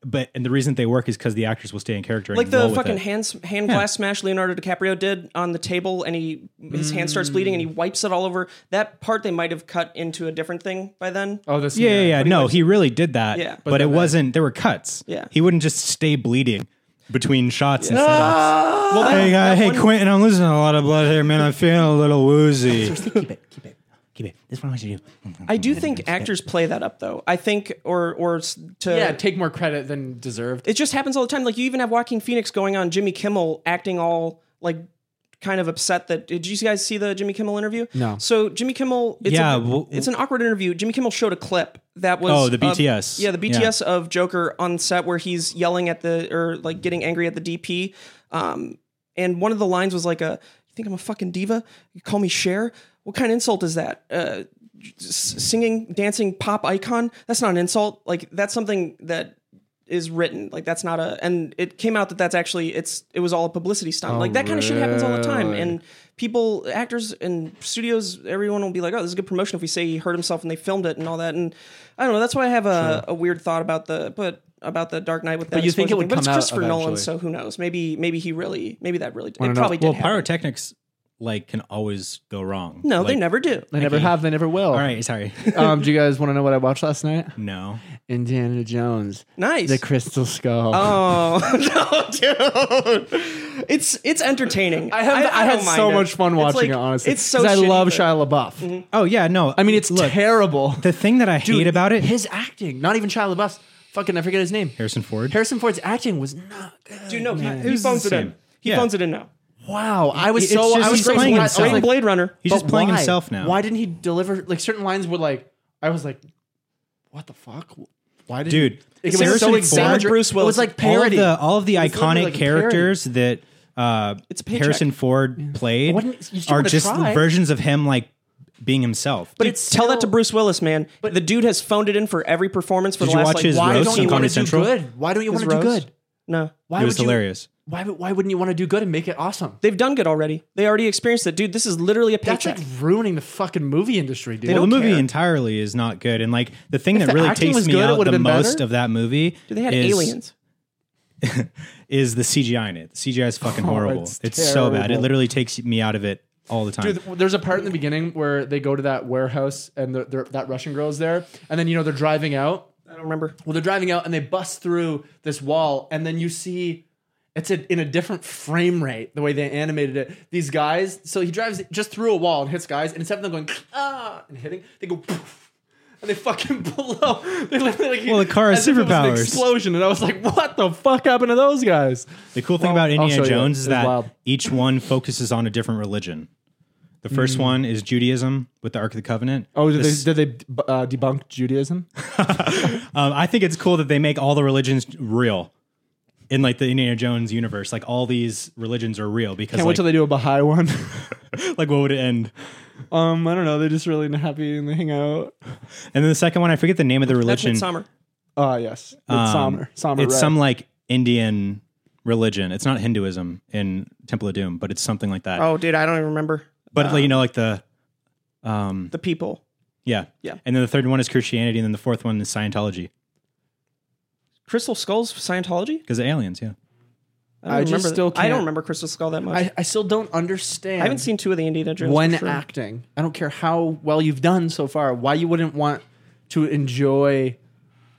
but and the reason they work is because the actors will stay in character. like and roll the with fucking it. hand hand glass smash Leonardo DiCaprio did on the table, and he his hand starts bleeding, and he wipes it all over. That part they might have cut into a different thing by then. oh this. Yeah, yeah, yeah. No, he really did that. Yeah. uh, but, it wasn't. There were cuts. Yeah. he wouldn't just stay bleeding between shots and Ah! setups. hey, guy, hey, Quentin, I'm losing a lot of blood here, man. I'm feeling a little woozy. keep it, keep it. Keep it. This one I want you to do. I do think actors play that up though. I think or or s- to yeah, take more credit than deserved. it just happens all the time. Like you even have Joaquin Phoenix going on Jimmy Kimmel acting all like kind of upset that did you guys see the Jimmy Kimmel interview? No. So Jimmy Kimmel it's Yeah, a- well- it's an awkward interview. Jimmy Kimmel showed a clip that was Oh, the of- BTS. yeah, the BTS of Joker on set where he's yelling at the or like getting angry at the DP. Um and one of the lines was like a you think I'm a fucking diva? You call me Cher? What kind of insult is that? Uh s- singing, dancing, pop icon. That's not an insult. Like that's something that is written. Like that's not a. And it came out that that's actually it's it was all a publicity stunt. like that kind of shit happens all the time. And people, actors, and studios, everyone will be like, oh, this is good promotion if we say he hurt himself and they filmed it and all that. And I don't know. That's why I have a, a weird thought about the but about the Dark Knight with that. you think it exposure would thing. but it's come out Christopher Nolan, eventually. so who knows? Maybe maybe he really maybe that really Wanna it know- probably did. Well, happen. pyrotechnics like can always go wrong. No, they Like- never do. They never have. They never will. All right, *laughs* sorry. um, do you guys want to know what I watched last night? no. Indiana Jones, Nice. the Crystal Skull. Oh *laughs* no, dude! It's it's entertaining. I have I, had don't mind so it. much fun It's watching like- it. Honestly, it's so. 'Cause I shitty, love but- Mm-hmm. Shia LaBeouf. Oh yeah, no. I mean, it's look. terrible. the thing that I hate about it. his acting. Not even Shia LaBeouf's. Fucking, I forget his name. Harrison Ford. Harrison Ford's acting was not good. Dude, no, he, It he was phones the it in. same. He Yeah. phones it in now. Wow, I was It's so just I was he's so playing glad- himself. I was Same like- Blade Runner. He's just But playing why? himself now. Why didn't he deliver? Like certain lines were like, I was like, what the fuck? Why did *laughs* Dude, It was Harrison so Ford- exaggerated. Bruce It was Willis. like all of parody. the uh, all of the It's literally iconic like a parody. characters that uh, It's a paycheck. Harrison Ford played Why didn't- you still are gotta just try. versions of him like being himself. But it's tell that to still- Bruce Willis, man. But the dude has phoned it in for every performance for the Did you last watch like his why why roast don't on you want Comedy to do Central? good? Why don't you want to do roast? good? no. Why it was would you- hilarious. Why would- why wouldn't you want to do good and make it awesome? They've done good already. They already experienced it, dude. This is literally a That's paycheck. like ruining the fucking movie industry, dude. well, the movie care. entirely is not good, and like the thing that the really acting takes was me good, it out would've the been most better. of that movie Dude, they had is, aliens. is the CGI in it. The CGI *laughs* is fucking horrible. Oh, it's It's, so bad. It terrible. literally takes me out of it all the time. Dude, there's a part in the beginning where they go to that warehouse and the, the, that Russian girl is there, and then you know they're driving out. I don't remember. Well, they're driving out and they bust through this wall, and then you see it's a, in a different frame rate the way they animated it. These guys, so he drives just through a wall and hits guys, and instead of them going ah and hitting, they go. Poof, and they fucking *laughs* blow. They literally like, Well, the car has as if it was an superpowers. explosion, and I was like, "What the fuck happened to those guys?" the cool thing well, about I'll show Indiana you. Jones It was is that wild. each one focuses on a different religion. The first one is Judaism with the Ark of the Covenant. Hmm. Oh, did The they, did they uh, debunk Judaism? Um, I think it's cool that they make all the religions real in like the Indiana Jones universe. Like all these religions are real because Can't like, wait till they do a Baha'i one. like what would it end? Um, I don't know. They're just really happy and they hang out. And then the second one, I forget the name of the That's religion. Midsummer. Ah, yes. It's Um, Sommer. Sommer, it's right. some like Indian religion. It's not Hinduism in Temple of Doom, but it's something like that. Oh, dude, I don't even remember but uh, like, you know, like the um the people. yeah Yeah. And then the third one is Christianity, and then the fourth one is Scientology Crystal Skull's Scientology. because of aliens. Yeah. I, don't I just remember still I don't can't- remember Crystal Skull that much. I, I, I still don't understand. haven't seen two of the Indiana Jones. one for sure. acting. I don't care how well you've done so far. Why you wouldn't want to enjoy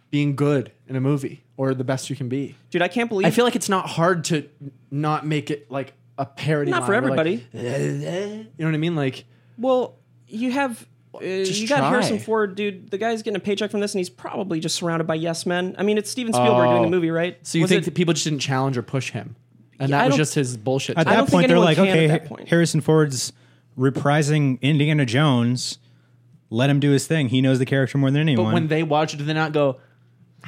being good in a movie or the best you can be? dude, I can't believe. I feel like it's not hard to not make it like a parody. Not line for where, like, everybody. *laughs* you know what I mean? Like Well, you have uh, you got try. Harrison Ford, dude. The guy's getting a paycheck from this, and he's probably just surrounded by yes men. I mean, it's Steven Spielberg Oh. doing the movie, right? so you Was think it- that people just didn't challenge or push him, and Yeah, I that was don't- just his bullshit. at tactic. I that don't think point they're anyone like can at okay that point. harrison ford's reprising indiana jones let him do his thing he knows the character more than anyone But when they watch it, do they not go?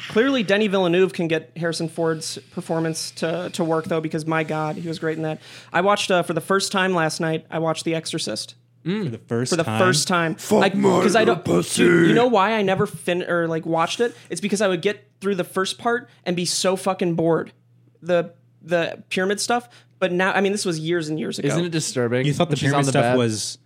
Clearly, Denny Villeneuve can get Harrison Ford's performance to, to work, though, because my God, he was great in that. I watched, uh, for the first time last night, I watched The Exorcist for the first for the first time. Like, because I don't, Dude, you know why I never fin or like watched it? It's because I would get through the first part and be so fucking bored. The the pyramid stuff, but now, I mean, this was years and years ago. Isn't it disturbing? you thought the when she's on pyramid stuff bed? was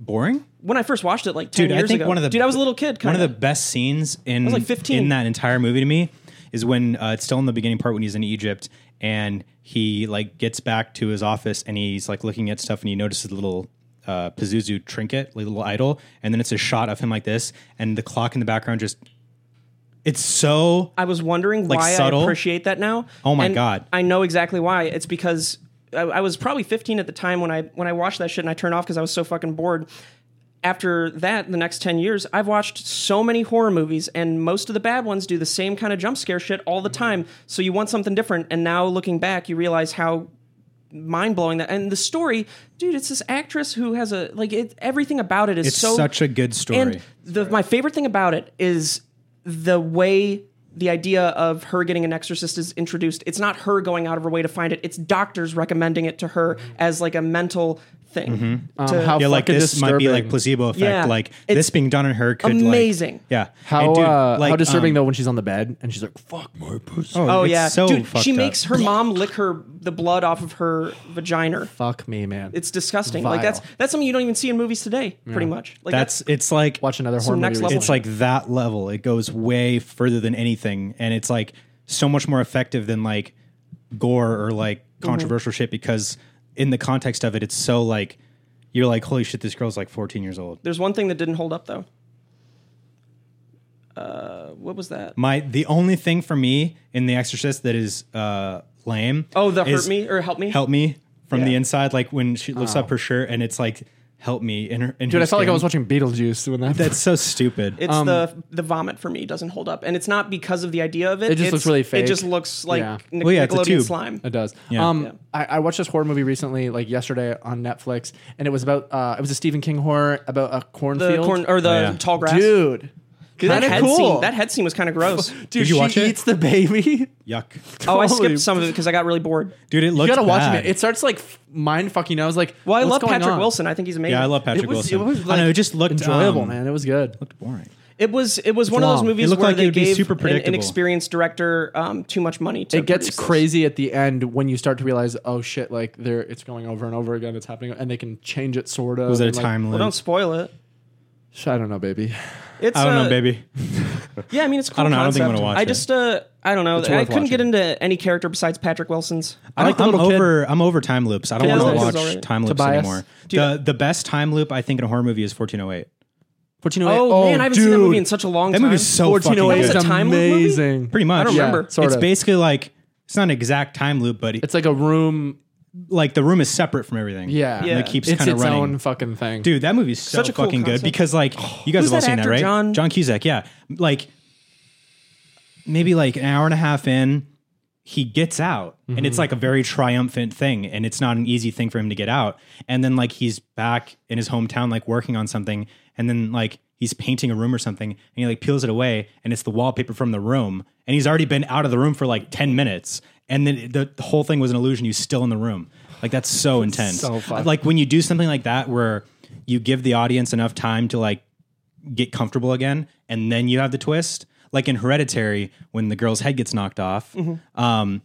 boring when I first watched it, like ten dude years i think ago. one of the dude, I was a little kid. Kinda. one of the best scenes in was like 15. in that entire movie to me is when uh, it's still in the beginning part when he's in egypt and he like gets back to his office and he's like looking at stuff and he notices a little uh, Pazuzu trinket, like a little idol, and then it's a shot of him like this, and the clock in the background just—it's so I was wondering Like why subtle? I appreciate that now. Oh my And God. I know exactly why. It's because I, I was probably 15 at the time when I when I watched that shit and I turned off because I was so fucking bored. after that, the next 10 years, I've watched so many horror movies, and most of the bad ones do the same kind of jump scare shit all the time. So you want something different. And now looking back, you realize how mind blowing that and the story dude it's this actress who has a like it, everything about it is It's so such a good story. and the, my favorite thing about it is the way the idea of her getting an exorcist is introduced. It's not her going out of her way to find it. It's doctors recommending it to her as like a mental thing. to- Um, how yeah, like fucking this might be like disturbing. placebo effect. Yeah, like it's this being done on her could like- amazing. yeah. How And dude, uh, how disturbing um, though when she's on the bed and she's like fuck my pussy. Oh it's yeah, so dude. fucked She up. makes her mom lick her the blood off of her vagina. Fuck me, man. It's disgusting. Like Vile. that's that's something you don't even see in movies today. Pretty much. Like that's it's like watch another some horror next movie. recently. level. it's like that level. It goes way further than anything, and it's like so much more effective than like gore or like Mm-hmm. controversial shit because in the context of it, it's so like you're like, holy shit, this girl's like 14 years old. there's one thing that didn't hold up though. Uh, what was that? My the only thing for me in The Exorcist that is uh lame. Oh, the is hurt me or help me. Help me from the Yeah. inside, like when she lifts up her shirt and it's like help me in her. In Oh. Dude, her I felt like I skin. was watching Beetlejuice when that. That's so stupid. It's Um, the the vomit for me doesn't hold up, and it's not because of the idea of it. It just It's- looks really fake. It just looks like Yeah. Nic- Well, yeah, it's a Nickelodeon tube. slime. *laughs* It does. Yeah. Um, Yeah. I, I watched this horror movie recently, like yesterday on Netflix, and it was about uh, it was a Stephen King horror about a The cornfield. corn or the Oh, yeah. tall grass. Dude, that kind of head cool. scene. That head scene was kind of *laughs* gross. Dude, Did you she watch it? eats the baby. *laughs* Yuck, oh, Holy- I skipped some of it because I got really bored. dude. It You looks. gotta watch it. bad. man. It starts like mind fucking. I was like, Well, I what's love going Patrick on? Wilson. I think he's amazing. yeah, I love Patrick It was, Wilson. it was I like know it just looked enjoyable, um, man. It was good. Looked boring. It was it was one of those long. movies It looked where like it they would be gave super an- an predictable. experienced director um, too much money. To it gets produce this. crazy at the end when you start to realize, oh shit, like there, it's going over and over again. It's happening, and they can change it sort of. Was it a and, like, time Well, loop? don't spoil it. I don't know, baby. It's I don't uh, know, baby. Yeah, I mean it's a cool. don't know. I don't think I'm concept. gonna watch I it. just uh, I don't know. I worth couldn't get watching. into any character besides Patrick Wilson's. I like the am little kid. over. I'm over time loops. I don't Yeah, want Tobias is to watch alright. time loops Tobias. anymore. The the best time loop I think in a horror movie is 1408. Oh, man, I haven't seen that movie in such a long That time. oh movie's so fucking 1408 good. Is it is a time loop movie? amazing. Pretty much. I don't yeah. remember. Sort it's of. basically like it's not an exact time loop, but It's like a room. like the room is separate from everything. Yeah, Yeah. And it keeps it's kind of its running. own fucking thing. Dude, that movie's so Such a cool fucking good concept. Oh. because like you guys Who's have all that seen that, actor, right? John- John Cusack, yeah. Like maybe like an hour and a half in, he gets out. And it's like a very triumphant thing. And it's not an easy thing for him to get out. And then like he's back in his hometown, like working on something, and then like he's painting a room or something, and he like peels it away, and it's the wallpaper from the room. And he's already been out of the room for like 10 minutes. And then the, the whole thing was an illusion. He's still in the room. Like that's so intense. so fucked. Like when you do something like that where you give the audience enough time to like get comfortable again and then you have the twist like in hereditary when the girl's head gets knocked off um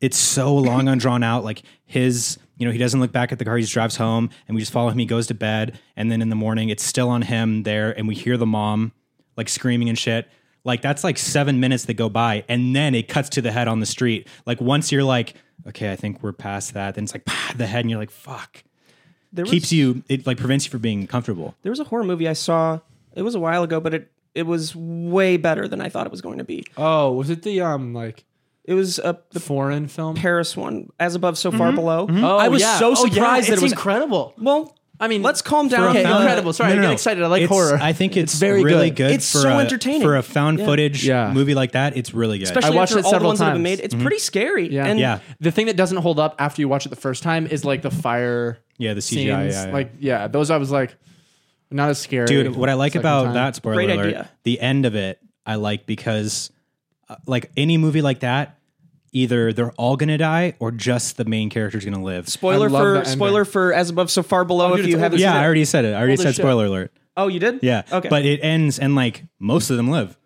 it's so long and drawn out like his you know he doesn't look back at the car he just drives home and we just follow him he goes to bed and then in the morning it's still on him there and we hear the mom like screaming and shit like that's like seven minutes that go by and then it cuts to the head on the street like once you're like okay i think we're past that then it's like pah, the head and you're like fuck There was- keeps you it like prevents you from being comfortable There was a horror movie I saw. It was a while ago, but it it was way better than I thought it was going to be. oh, was it the um like It was uh, the foreign film? Paris one, as above, so far below. Oh, I was yeah. so Oh, yeah, surprised that it's it was. incredible. well, I mean, let's calm for a down. uh, Okay, the- found- incredible. Sorry, I get excited. I like it's- horror. I think It's it's, very really good. good. It's for so a, entertaining. for a found Yeah. footage Yeah. movie like that. It's really good. especially I watched after it all the several ones that have been times. made. It's pretty scary. Yeah. and Yeah. The thing that doesn't hold up after you watch it the first time is like the fire. Yeah, the CGI, scenes. yeah, yeah. Like yeah, those I was like, not as scary. Dude, what I like second about time. that spoiler Great alert, idea. the end of it, I like because uh, like any movie like that, either they're all gonna die or just the main character's gonna live. spoiler I love for that spoiler for as above, so far below. if dude, you it's haven't, old yeah, seen I it. already said it. I already Holy said shit. spoiler alert. Oh, you did. Yeah. Okay. But it ends and like most of them live.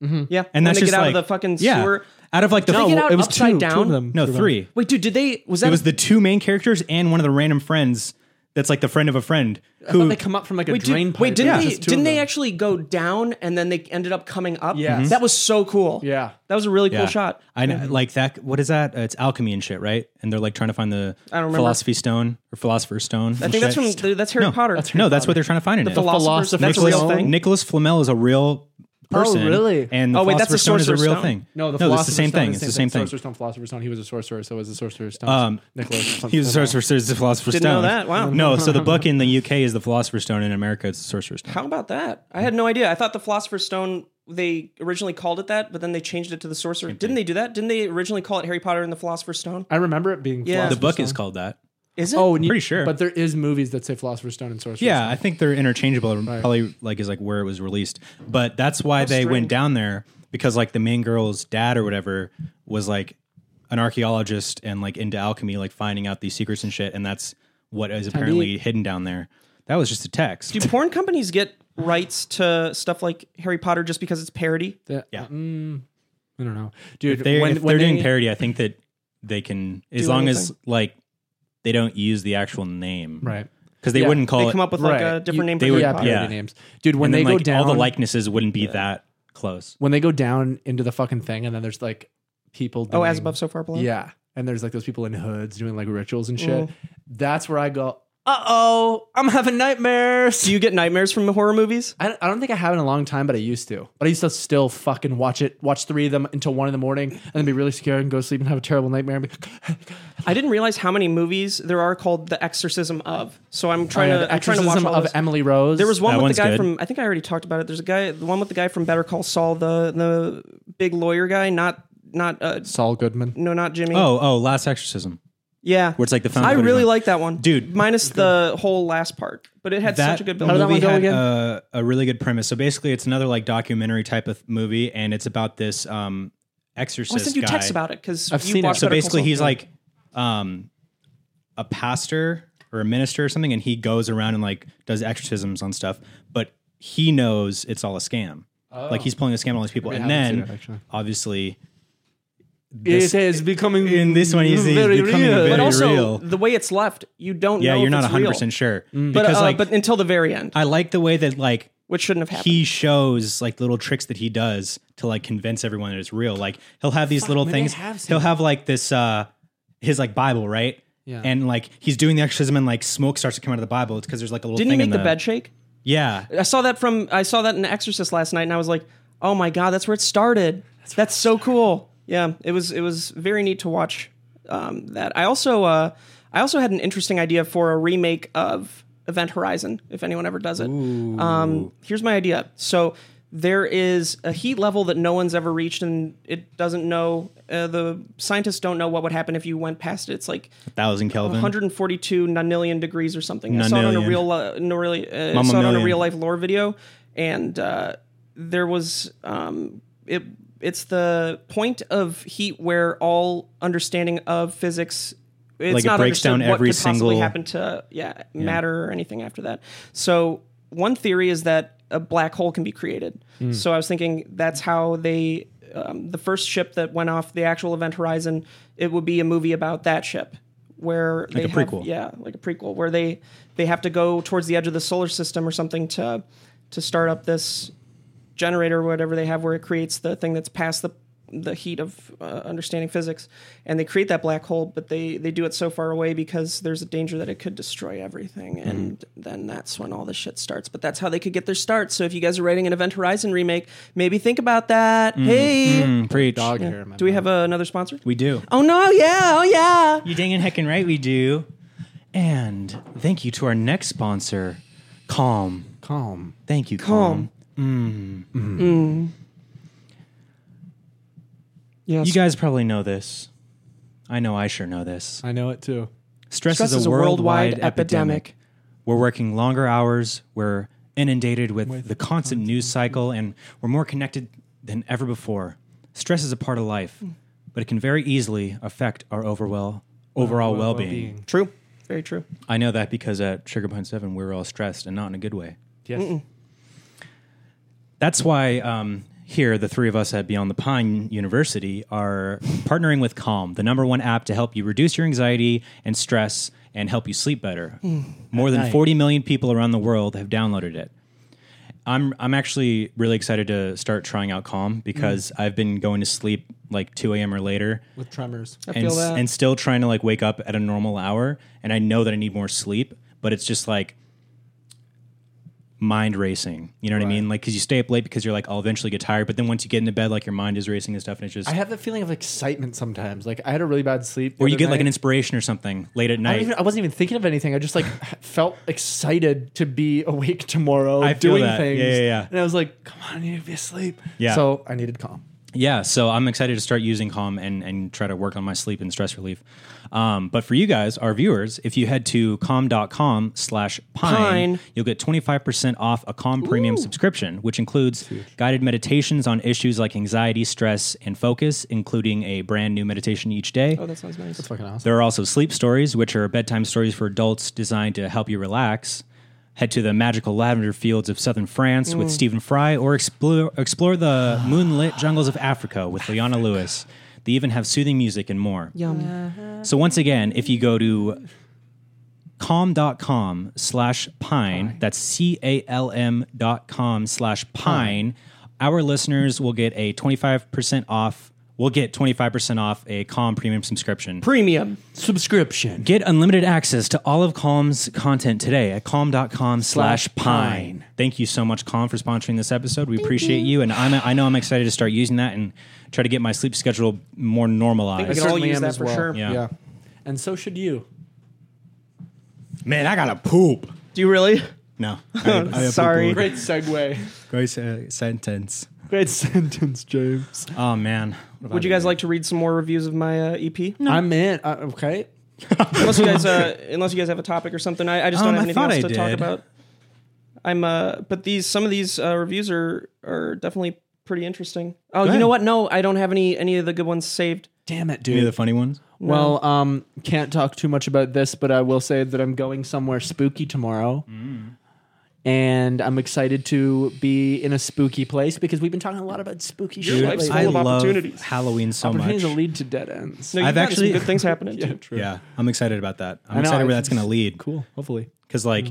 yeah, And when that's they just get out like, of the fucking yeah, sewer. Out of like the they get out it was upside two, down? Two of them. No, Two of them. three. Wait, dude, did they? Was that It was the two main characters and one of the random friends that's like the friend of a friend I thought who they come up from like a Wait, did, drain pipe. wait, didn't There's they? just two of Didn't they them. actually go down and then they ended up coming up? Yes. Mhm. that was so cool. Yeah. that was a really cool Yeah. shot. Mm-hmm. I know, like that. What is that? Uh, it's alchemy and shit, right? And they're like trying to find the don't remember. philosophy stone or philosopher's stone. I think that's from that's Harry no, Potter. no, that's what they're trying to find in it. Philosophers. philosopher's That's a Nicholas, real thing. Nicholas Flamel is a real person. really? And the Oh, wait, that's a Philosopher's Stone is a Sorcerer's real Stone. thing. No, the it's the Philosopher's same Stone thing. is It's the same thing. Sorcerer's Stone, Philosopher's Stone. He was a sorcerer, so it was a sorcerer's stone. Um, Nicholas. or something. *laughs* He was a sorcerer's it's the philosopher's Didn't know stone. that. Wow. No, so the book in the UK is the philosopher's stone. In America, it's the sorcerer's stone. How about that? I had no idea. I thought the Philosopher's Stone they originally called it that, but then they changed it to the Sorcerer. Didn't they do that? Didn't they originally call it Harry Potter and the Philosopher's Stone? I remember it being. Yeah. Philosopher's The book Stone. is called that. Is it? Oh, and you- Pretty sure. But there is movies that say Philosopher's Stone and Sorcerer's Yeah, Stone. I think they're interchangeable. Probably like is like where it was released, but that's why they went down there because like the main girl's dad or whatever was like an archaeologist and like into alchemy, like finding out these secrets and shit, and that's what is apparently hidden down there. That was just a text. do porn companies get rights to stuff like Harry Potter just because it's parody? That- Yeah. mm, I don't know, dude. They, when, if when they're they- doing parody, I think that they can, as Do long as like they don't use the actual name, right? Because they Yeah, wouldn't call They it. come up with like Oh, Right. a different You- name for They Harry yeah, Potter. parody yeah. names, dude. When and they then, go like, down, all the likenesses wouldn't be that close. when they go down into the fucking thing, and then there's like people. Doing, Oh, as above, so far below. Yeah, and there's like those people in hoods doing like rituals and Mm. shit. That's where I go. Uh oh, I'm having nightmares. Do you get nightmares from horror movies? I, I don't think I have in a long time, but I used to. But I used to still fucking watch it, watch three of them until one in the morning, and then be really scared and go to sleep and have a terrible nightmare. And be, I didn't realize how many movies there are called The Exorcism of. So I'm trying Oh, yeah, to the Uh, I'm trying to watch Exorcism all of those. Emily Rose. There was one That with one's the guy good. from I think I already talked about it. There's a guy, the one with the guy from Better Call Saul, the the big lawyer guy, not not uh, Saul Goodman. no, not Jimmy. Oh, oh, Last Exorcism. yeah, where it's like the found I footage really one. like that one, Dude. Minus the whole last part, but it had such a good the build. did that movie one go had again? uh, a, really good premise. So basically, it's another like documentary type of movie, and it's about this um, exorcist I sent you guy. text about it because I've you seen it. watched So Better Call basically, Saul. he's like um, a pastor or a minister or something, and he goes around and like does exorcisms on stuff, but he knows it's all a scam. Like he's pulling a scam on all these people, and Oh. haven't seen then it, actually. obviously it is becoming in this one he's, he's very becoming real. very but also real. the way it's left, you don't. Yeah, know you're if not it's 100 real. percent sure But, because uh, like but until the very end, I like the way that like which shouldn't have happened. he shows like little tricks that he does to like convince everyone that it's real. Like he'll have these little maybe I things. have seen he'll have like this uh his like Bible, right? Yeah. And like he's doing the exorcism and like smoke starts to come out of the Bible. It's because there's like a little Didn't he thing make in the bed shake? Yeah. I saw that from I saw that in The Exorcist last night, and I was like, "Oh my god, that's where it started. That's, so cool." Yeah, it was it was very neat to watch um, that. I also uh, I also had an interesting idea for a remake of Event Horizon, if anyone ever does it. Um, here's my idea. So there is a heat level that no one's ever reached, and it doesn't know. Uh, the scientists don't know what would happen if you went past it. It's like A thousand Kelvin. 142 nonillion degrees or something. I saw it on a Nonillion. real, uh, no, really, uh, I Mamma saw it on a million. real life lore video, and uh, there was um, it. It's the point of heat where all understanding of physics. It's Like, it not breaks understood down what every could possibly single- happen to yeah, matter or anything after that. So one theory is that a black hole can be created. Hmm. So I was thinking that's how they um, the first ship that went off the actual Event Horizon. It would be a movie about that ship where they a have- prequel. yeah, like a prequel where they they have to go towards the edge of the solar system or something to to start up this generator or whatever they have where it creates the thing that's past the the heat of uh, understanding physics and they create that black hole but they they do it so far away because there's a danger that it could destroy everything Mm-hmm. and then that's when all this shit starts but that's how they could get their start so if you guys are writing an event horizon remake maybe think about that hey Mm, preach. dog hair. in my do we mouth. have uh, another sponsor We do. oh no yeah oh yeah You dang and heckin' right we do. And thank you to our next sponsor, Calm. calm? Thank you, Calm. Calm. yes You guys probably know this. I know I sure know this. I know it too. Stress, Stress is, a worldwide, epidemic. epidemic. We're working longer hours. We're inundated with, the constant news cycle, and we're more connected than ever before. Stress is a part of life, but it can very easily affect our overall overall well being. True. Very true. I know that because at Sugar Pine Seven, we were all stressed and not in a good way. Yes. That's why um, here, the three of us at Beyond the Pine University are partnering with Calm, the number one app to help you reduce your anxiety and stress and help you sleep better. More than 40 million people around the world have downloaded it. I'm I'm actually really excited to start trying out Calm because I've been going to sleep like 2 a.m. or later With tremors. and, feel that. and still trying to like wake up at a normal hour and i know that i need more sleep but it's just like mind racing. You know what I mean? Like, because you stay up late because you're like, I'll eventually get tired. But then once you get into bed, like your mind is racing and stuff, and it's just I have that feeling of excitement sometimes. Like I had a really bad sleep, or you get like an an. inspiration or something late at I, night. don't even, I wasn't even thinking of anything. I just *laughs* like felt excited to be awake tomorrow, I feel doing that. things. Yeah, yeah, yeah. And I was like, "Come on, I need to be asleep." Yeah. So I needed calm. yeah, so I'm excited to start using Calm and and try to work on my sleep and stress relief. Um, but for you guys, our viewers, if you head to calm.com slash pine, Pine. you'll get 25% off a Calm Premium subscription, which includes guided meditations on issues like anxiety, stress, and focus, including a brand new meditation each day. Oh, that sounds nice. Fucking awesome. There are also sleep stories, which are bedtime stories for adults designed to help you relax. Head to the magical lavender fields of southern France with Stephen Fry, or explore, explore *sighs* the moonlit jungles of Africa with Liana Lewis. They even have soothing music and more. So once again, if you go to calm.com slash pine, that's C-A-L-M dot com slash pine, our listeners will get a 25% off, will get 25% off a Calm premium subscription. Premium. Subscription. Get unlimited access to all of Calm's content today at calm.com slash pine. Thank you so much, Calm, for sponsoring this episode. We appreciate you. And I'm, I know I'm excited to start using that and try to get my sleep schedule more We normalized. can all certainly use am that as for well. sure. Yeah. Yeah. And so should you. Man, I got to poop. Do you really? No. Sorry. Great segue. Great uh, sentence. *laughs* Great sentence, James. Oh, man. What have Would I you guys done? like to read some more reviews of my uh, *laughs* EP? *laughs* I'm in. Uh, okay. unless you guys, uh, unless you guys have a topic or something, I, I just don't Um, have I anything thought else I to talk did. about. I'm, uh, but these some of these uh, reviews are are definitely pretty interesting. Oh, you ahead. know what? No, I don't have any any of the good ones saved. Damn it, Any of dude. the funny ones? Well, um, can't talk too much about this, but I will say that I'm going somewhere spooky tomorrow. Mm. And I'm excited to be in a spooky place because we've been talking a lot about spooky shit. life's lately. full I of love opportunities. Halloween so much. Opportunities that lead to dead ends. No, you've I've got actually- some good things *laughs* happening. too. Yeah, I'm excited about that. I'm I know, excited where I- that's going to lead. Cool. Hopefully. Because, like,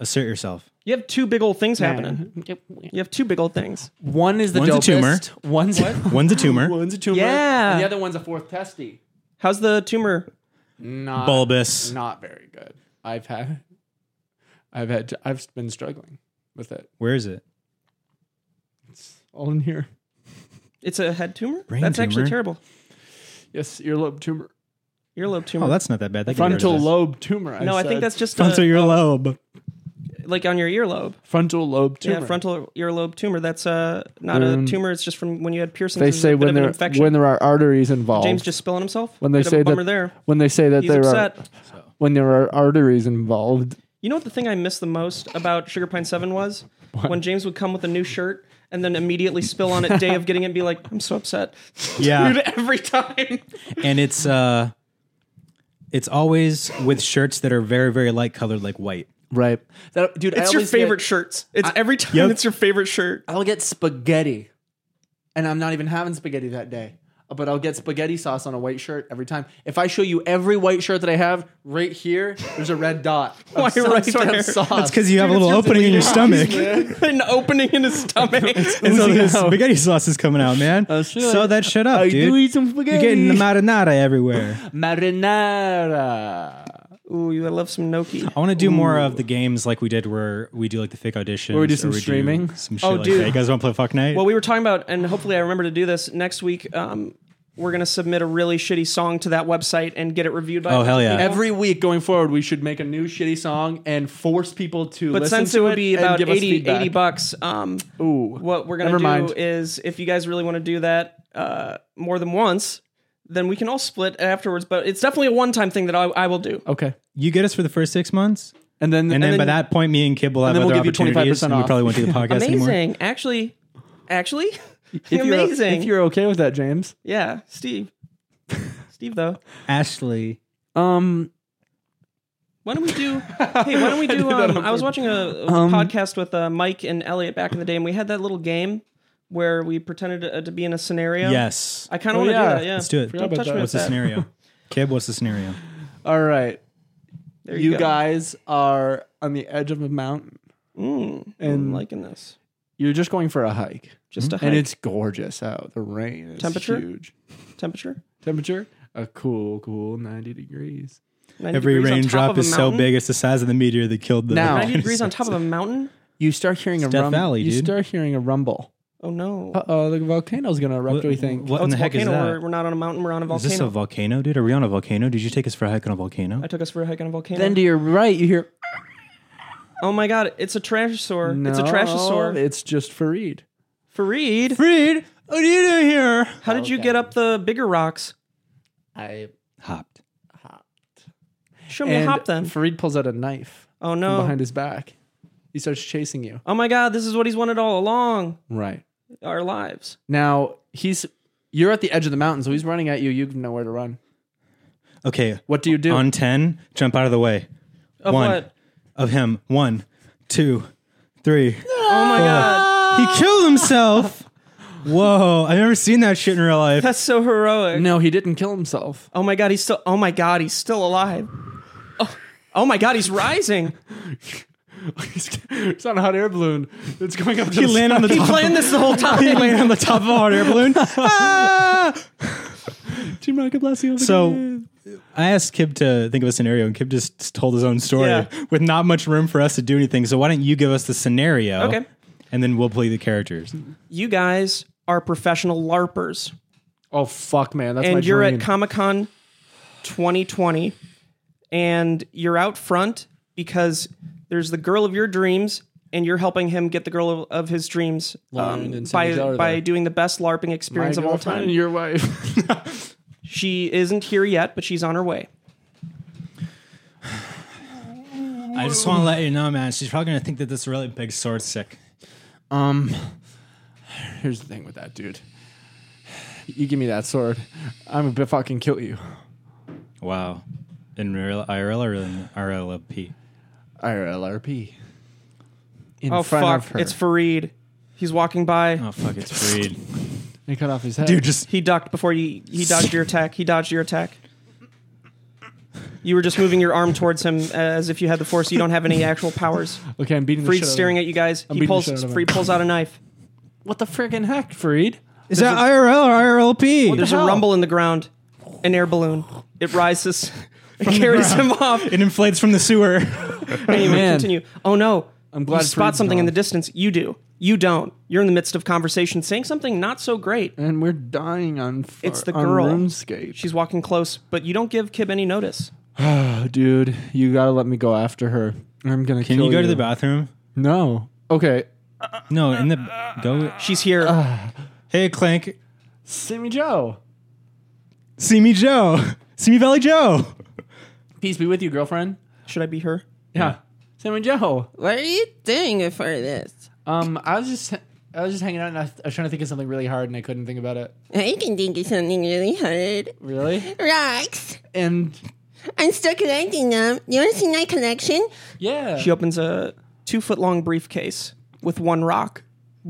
assert yourself. You have two big old things happening. You have two big old things. One is the One's a dopest, tumor. *laughs* One's One's a tumor. one's a tumor. Yeah. And the other one's a fourth testy. How's the tumor? Not Bulbous. Not very good. I've had. I've had. I've been struggling with it. Where is it? All in here. It's a head tumor. Brain That's tumor? actually terrible. Yes, earlobe tumor. Earlobe tumor. Oh, that's not that uh, bad. That could be Frontal rid of this. lobe tumor. no, I said. think that's just Frontal a, your lobe. like on your earlobe. frontal lobe tumor. Yeah, frontal earlobe tumor. That's uh, not Um, a tumor. It's just from when you had piercings. They It's a say bit when of an there infection. when there are arteries involved. James just spilling himself. when they Bit of say a that bummer there. when they say that He's there upset. are when there are arteries involved. You know what the thing I miss the most about Sugar Pine Seven was when James would come with a new shirt and then immediately spill on it day of getting it, and be like, "I'm so upset." *laughs* Dude, Yeah, every time. *laughs* and it's uh, it's always with shirts that are very very light colored, like white. Right. That, dude, I It's your always favorite Get, shirts. It's every time. Yep. It's your favorite shirt. *laughs* I'll get spaghetti, and I'm not even having spaghetti that day. But I'll get spaghetti sauce on a white shirt every time. If I show you every white shirt that I have right here, there's a red dot. of Why some right sort there? of sauce. That's because you have a little opening in your stomach, and An opening *laughs* in his stomach. so the out. spaghetti sauce is coming out, man. sure. Sew that shit up, I dude. do eat some You're spaghetti. getting the *laughs* marinara everywhere. marinara. Ooh, you- I love some gnocchi. I want to do more of the games like we did, where we do like the fake auditions, Where we do some streaming? some shit Oh, like dude. that. You guys want to play Fuck Night? Well, we were talking about, and hopefully I remember to do this next week. Um, we're gonna submit a really shitty song to that website and get it reviewed by. Oh, hell yeah. Every week going forward, we should make a new shitty song and force people to But listen since to it would be and about give us 80, feedback. 80 bucks, um, Ooh, what we're gonna never do mind. is if you guys really want to do that uh, more than once, then we can all split afterwards. But it's definitely a one-time thing that I, I will do. Okay, you get us for the first six months, and then and, then, by that point, me and Kib will have then other we'll give you opportunities, 25% and we off. probably *laughs* won't do the podcast anymore. Amazing, actually, actually, *laughs* if you're- amazing. if you're okay with that, James. yeah, Steve, Steve though. Ashley, Um, Why don't we *laughs* do? hey, why don't we do? that Um, on I was watching a, a Um, podcast with uh, Mike and Elliot back in the day, and we had that little game where we pretended uh, to be in a scenario. yes, I kind of Oh, want to yeah. do that. Yeah, let's do it. Don't touch about me that. with What's the that. scenario? *laughs* Kib, what's the scenario? all right, There you, go. guys are on the edge of a mountain, Mm, I'm and liking this. you're just going for a hike, Just Mm-hmm. a hike. and it's gorgeous out. The rain is Temperature? huge. temperature. Temperature, a cool, cool ninety degrees. 90 Every degrees on top raindrop of a is so *laughs* mountain? big it's the size of the meteor that killed the. Now- *laughs* 90 degrees on top of a mountain. you start hearing a Death rumble. Valley, you dude. start hearing a rumble. Oh no! Uh oh, the volcano's gonna erupt. What, do we think? What oh, in it's a the heck volcano. is that? We're, we're not on a mountain. We're on a Is this volcano. a volcano, dude? Are we on a volcano? Did you take us for a hike on a volcano? I took us for a hike on a volcano. Then to your right, you hear. oh my god! It's a trashosaur. it's a No, trashosaur. It's just Farid. Fareed, Freed, what are you doing here? how did you Okay. get up the bigger rocks? I Hopped. Show me a hop then. Farid pulls out a knife Oh from no! behind his back. He starts chasing you. oh my god! This is what he's wanted all along. Right Our lives. now, he's you're at the edge of the mountain, so he's running at you. You have nowhere to run. Okay. What do you do? On 10, jump out of the way. Of One. what? Of him. One, two, three. Oh my god! He *laughs* killed himself. Whoa. I've never seen that shit in real life. That's so heroic. no, he didn't kill himself. *laughs* Oh my god! He's still. Oh my god! He's still alive. Oh, oh my god! *laughs* He's rising. it's Oh, on a hot air balloon. It's going up to He the landed on *laughs* the He top. planned this the whole *laughs* He time. landed on the top of a hot air balloon. *laughs* Ah! Team Rocket Blessing. So *laughs* I asked Kib to think of a scenario, and Kib just told his own story Yeah. with not much room for us to do anything. So why don't you give us the scenario? Okay. And then we'll play the characters. you guys are professional larpers. oh fuck, man, that's my and you're dream. at Comic Con 2020, and you're out front because there's the girl of your dreams, and you're helping him get the girl of, of his dreams um, and send each by other by there. doing the best LARPing My experience of all girlfriend time. and Your wife. *laughs* she isn't here yet, but she's on her way. I just want to let you know, man. She's probably gonna think that this really big sword's sick. Um, here's the thing with that dude. You give me that sword, I'm gonna fucking kill you. Wow. In real IRL or in RLP? IRLRP. In Oh front fuck! of her. It's Fareed. He's walking by. Oh fuck, it's Freed. they cut off his head. Dude, just He ducked before you. He dodged your attack. He dodged your attack. You were just moving your arm towards him as if you had the force. You don't have any actual *laughs* powers. okay, I'm beating. Freed's staring at you guys. I'm he beating the pulls. shit out of him. Freed pulls out a knife. What the friggin' heck, Farid? is that IRL or RLP? There's hell? a rumble in the ground. An air balloon. *laughs* It rises. It carries him off. *laughs* it inflates from the sewer. Anyway, man. continue. Oh no! I'm glad you spot Fareed's something in gone. the distance. You do. You don't. You're in the midst of conversation, saying something not so great. And we're dying on. Far, It's the on girl. RuneScape. She's walking close, but you don't give Kib any notice. Oh, dude, you gotta let me go after her. I'm gonna Can kill *laughs* you go to the bathroom? No. Okay. No, in the go. She's here. Hey, Clank. Sammy Joe. See me, Joe. See me, Valley Joe. Peace be with you, girlfriend. Should I be her? Yeah. Sammy Joe. What are you doing it for this? Um, I was just I was just hanging out and I, I was trying to think of something really hard and I couldn't think about it. I can think of something really hard. *laughs* Really? Rocks. And I'm still collecting them. You want to see my collection? yeah. She opens a two foot long briefcase with one rock,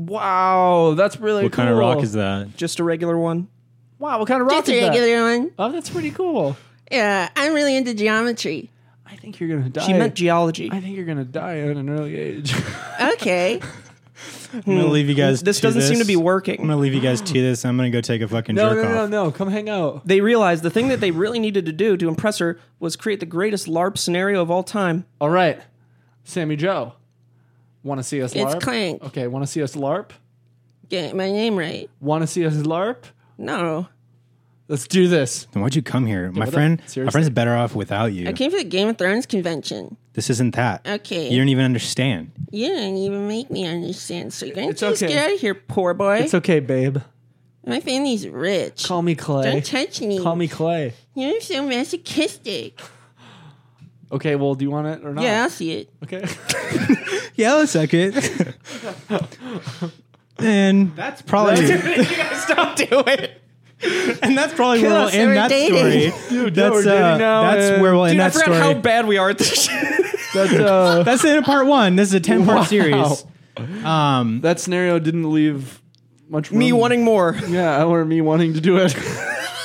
wow, that's really What kind of rock is that? just a regular one. Wow, what kind of rock Just a is that? regular one. Oh, that's pretty cool. Yeah, I'm really into geometry. I think you're gonna die. She meant geology. I think you're gonna die at an early age. *laughs* Okay. I'm gonna leave you guys. This doesn't seem to be working. I'm gonna leave you guys to this. I'm gonna go take a fucking no, no, jerk no, off. no. Come hang out. they realized the thing that they really needed to do to impress her was create the greatest LARP scenario of all *laughs* time. All right, Sammy Joe. Want to see us LARP? It's Clank. Okay, want to see us LARP? Get my name right. Want to see us LARP? No. Let's do this. Then why'd you come here, my what friend? the- My seriously? friend's better off without you. I came for the Game of Thrones convention. This isn't that. Okay. You don't even understand. You didn't even make me understand. So you're going It's to just okay. get out of here, poor boy. It's okay, babe. my family's rich. Call me Clay. Don't touch me. Call me Clay. You're so masochistic. Okay, well, do you want it or not? Yeah, I'll see it. Okay. *laughs* Yeah, I'll suck it. *laughs* and that's probably Don't do it. *laughs* and that's probably where Kill we'll us, we're end that dating. story. yeah, that's uh, we're dating now, that's and- where we'll end Dude, I that forgot story. how bad we are at this shit. *laughs* That's uh, that's the end of part one. This is a ten part Wow. series. Um, that scenario didn't leave much room. Me wanting more. yeah, or me wanting to do it. *laughs*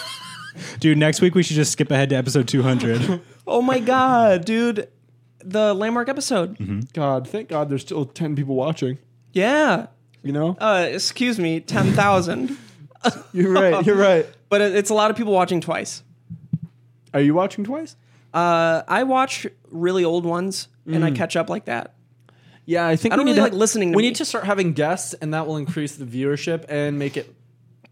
dude, next week we should just skip ahead to episode two hundred. Oh my god, dude. The landmark episode. Mm-hmm. God, thank God, there's still ten people watching. Yeah. You know, Uh, excuse me, 10,000. you're right. *laughs* You're right. but it- it's a lot of people watching twice. Are you watching twice? Mm. Uh, I watch really old ones and I catch up like that. Yeah, I think I don't we need really to, like listening to we me. need to start having guests, and that will increase the viewership and make it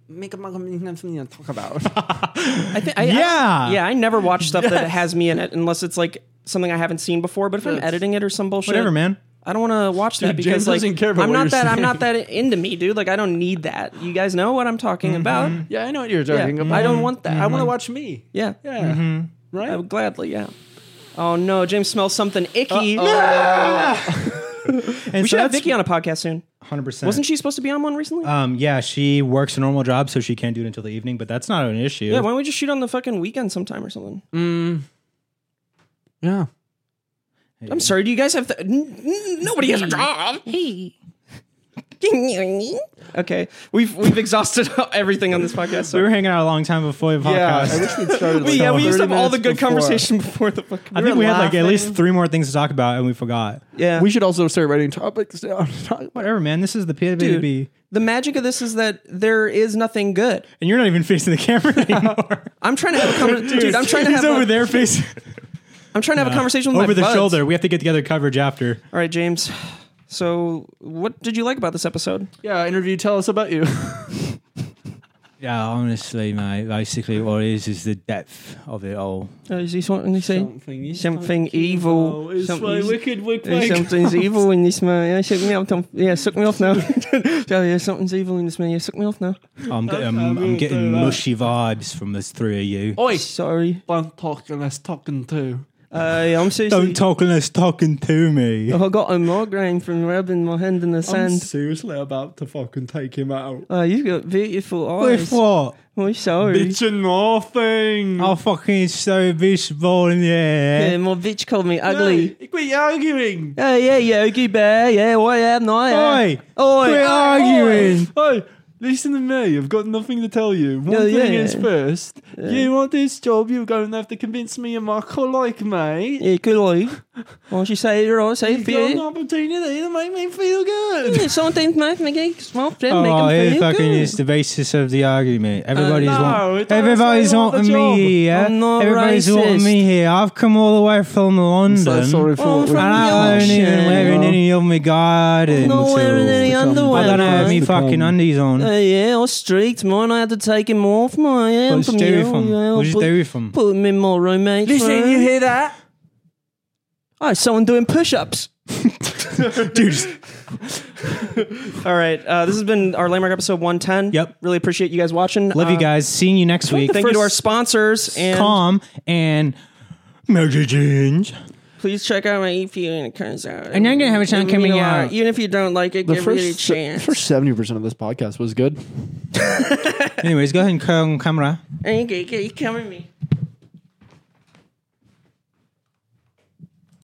make it something to talk about. I think. I, Yeah. I, yeah. I never watch stuff that has me in it unless it's like something I haven't seen before. But if I'm editing it or some bullshit, Whatever, man. I don't want to watch that Dude, because James like doesn't care about I'm what not you're that I'm saying. Mm-hmm. not that into me, dude. Like I don't need that. You guys know what I'm talking about. yeah, I know what you're Yeah. talking about. I don't want that. I want to watch me. Yeah. Yeah, I right. would gladly. Yeah. Oh no, James smells something icky. And We so should have that's Vicky on a podcast soon. 100%. Wasn't she supposed to be on one recently? Uh, Um, yeah, she works a normal job, so she can't do it until the evening, but that's not an issue. yeah, why don't we just shoot on the fucking weekend sometime or something? Mm. Yeah. I'm sorry, do you guys have th- n- n- nobody Mm. has a job? Hey. Good morning. Okay, we've we've exhausted *laughs* everything on this podcast. we So. were hanging out a long time before the Yeah, podcast. I wish we'd *laughs* started. Like, We- yeah, we used 30 up all the minutes good before. conversation *laughs* before the fucking. I think we had like at least three more things to talk about, and we forgot. yeah. should also start writing topics down. *laughs* Whatever, man. This is the PWB, Dude. the magic of this is that there is nothing good. and you're not even facing *laughs* the camera anymore. I'm trying to have a *laughs* conversation. dude, I'm trying to He's have over a, *laughs* there, facing I'm trying to have a conversation with *laughs* over my the buds. shoulder. We have to get together coverage after. All right, James. So, what did you like about this episode? yeah, interview. Tell us about you. *laughs* Yeah, honestly, mate. Basically, what it is is the depth of it all. Uh, is this what you say? Something Something evil. It's Something- my wicked wicked *laughs* Uh, something's evil in this man. Yeah, suck me off. Tom. Yeah, suck me off now. *laughs* yeah, yeah, something's evil in this man. Yeah, suck me off now. I'm, get, I'm, I'm getting mushy vibes from this three of you. Oi, Sorry. don't talk unless talking to. Uh, yeah, I'm seriously. Don't talk unless talking to me. I got a migraine from rubbing my hand in the I'm sand. seriously about to fucking take him out. Oh, you've got beautiful eyes. With what? Oh, sorry. It's a nothing. Oh, I'm fucking so visible in the Yeah, air. my bitch called me ugly. quit arguing. Oh, yeah, Yogi Bear. Yeah, why am I? Oi! Oi. Quit arguing! Hey, listen to me. I've got nothing to tell you. One No, thing yeah, is yeah. first, you want this job, you're going to have to convince me and my colleague, mate. Yeah, good life. Why don't you say it right? Say it You've for got an you. opportunity to make me feel good. Yeah, Sometimes make me get small friend, make Oh, them here feel fucking good. is the basis of the argument. Everybody's no, it want, doesn't everybody's say all the wanting job. me here. I'm not Everybody's wanting racist. me here. I've come all the way from London. for Oh, what we- from And I Yorkshire. ain't even wearing any of my garden I'm not wearing tools. any underwear, I don't have man. any fucking undies on. Uh, yeah, I was streaked, mine. I had to take him off, mine. Yeah, What'd you from do here, with him? yeah, What'd you put, do with him? Put him in my roommate. Listen, you hear that? Oh, someone doing *laughs* push-ups. Dude. *laughs* All right, uh, this has been our landmark episode 110. Yep. Really appreciate you guys watching. Love you Uh, guys. Seeing you next week. Thank you to our sponsors and Calm and Major Ginge. please check out E my EP when it comes out. And I'm gonna have a song Even if you coming don't- out. Even if you don't like it, give it a chance. first seventy percent of this podcast was good. Anyways, go ahead and curl on camera. Okay, okay, you come with me.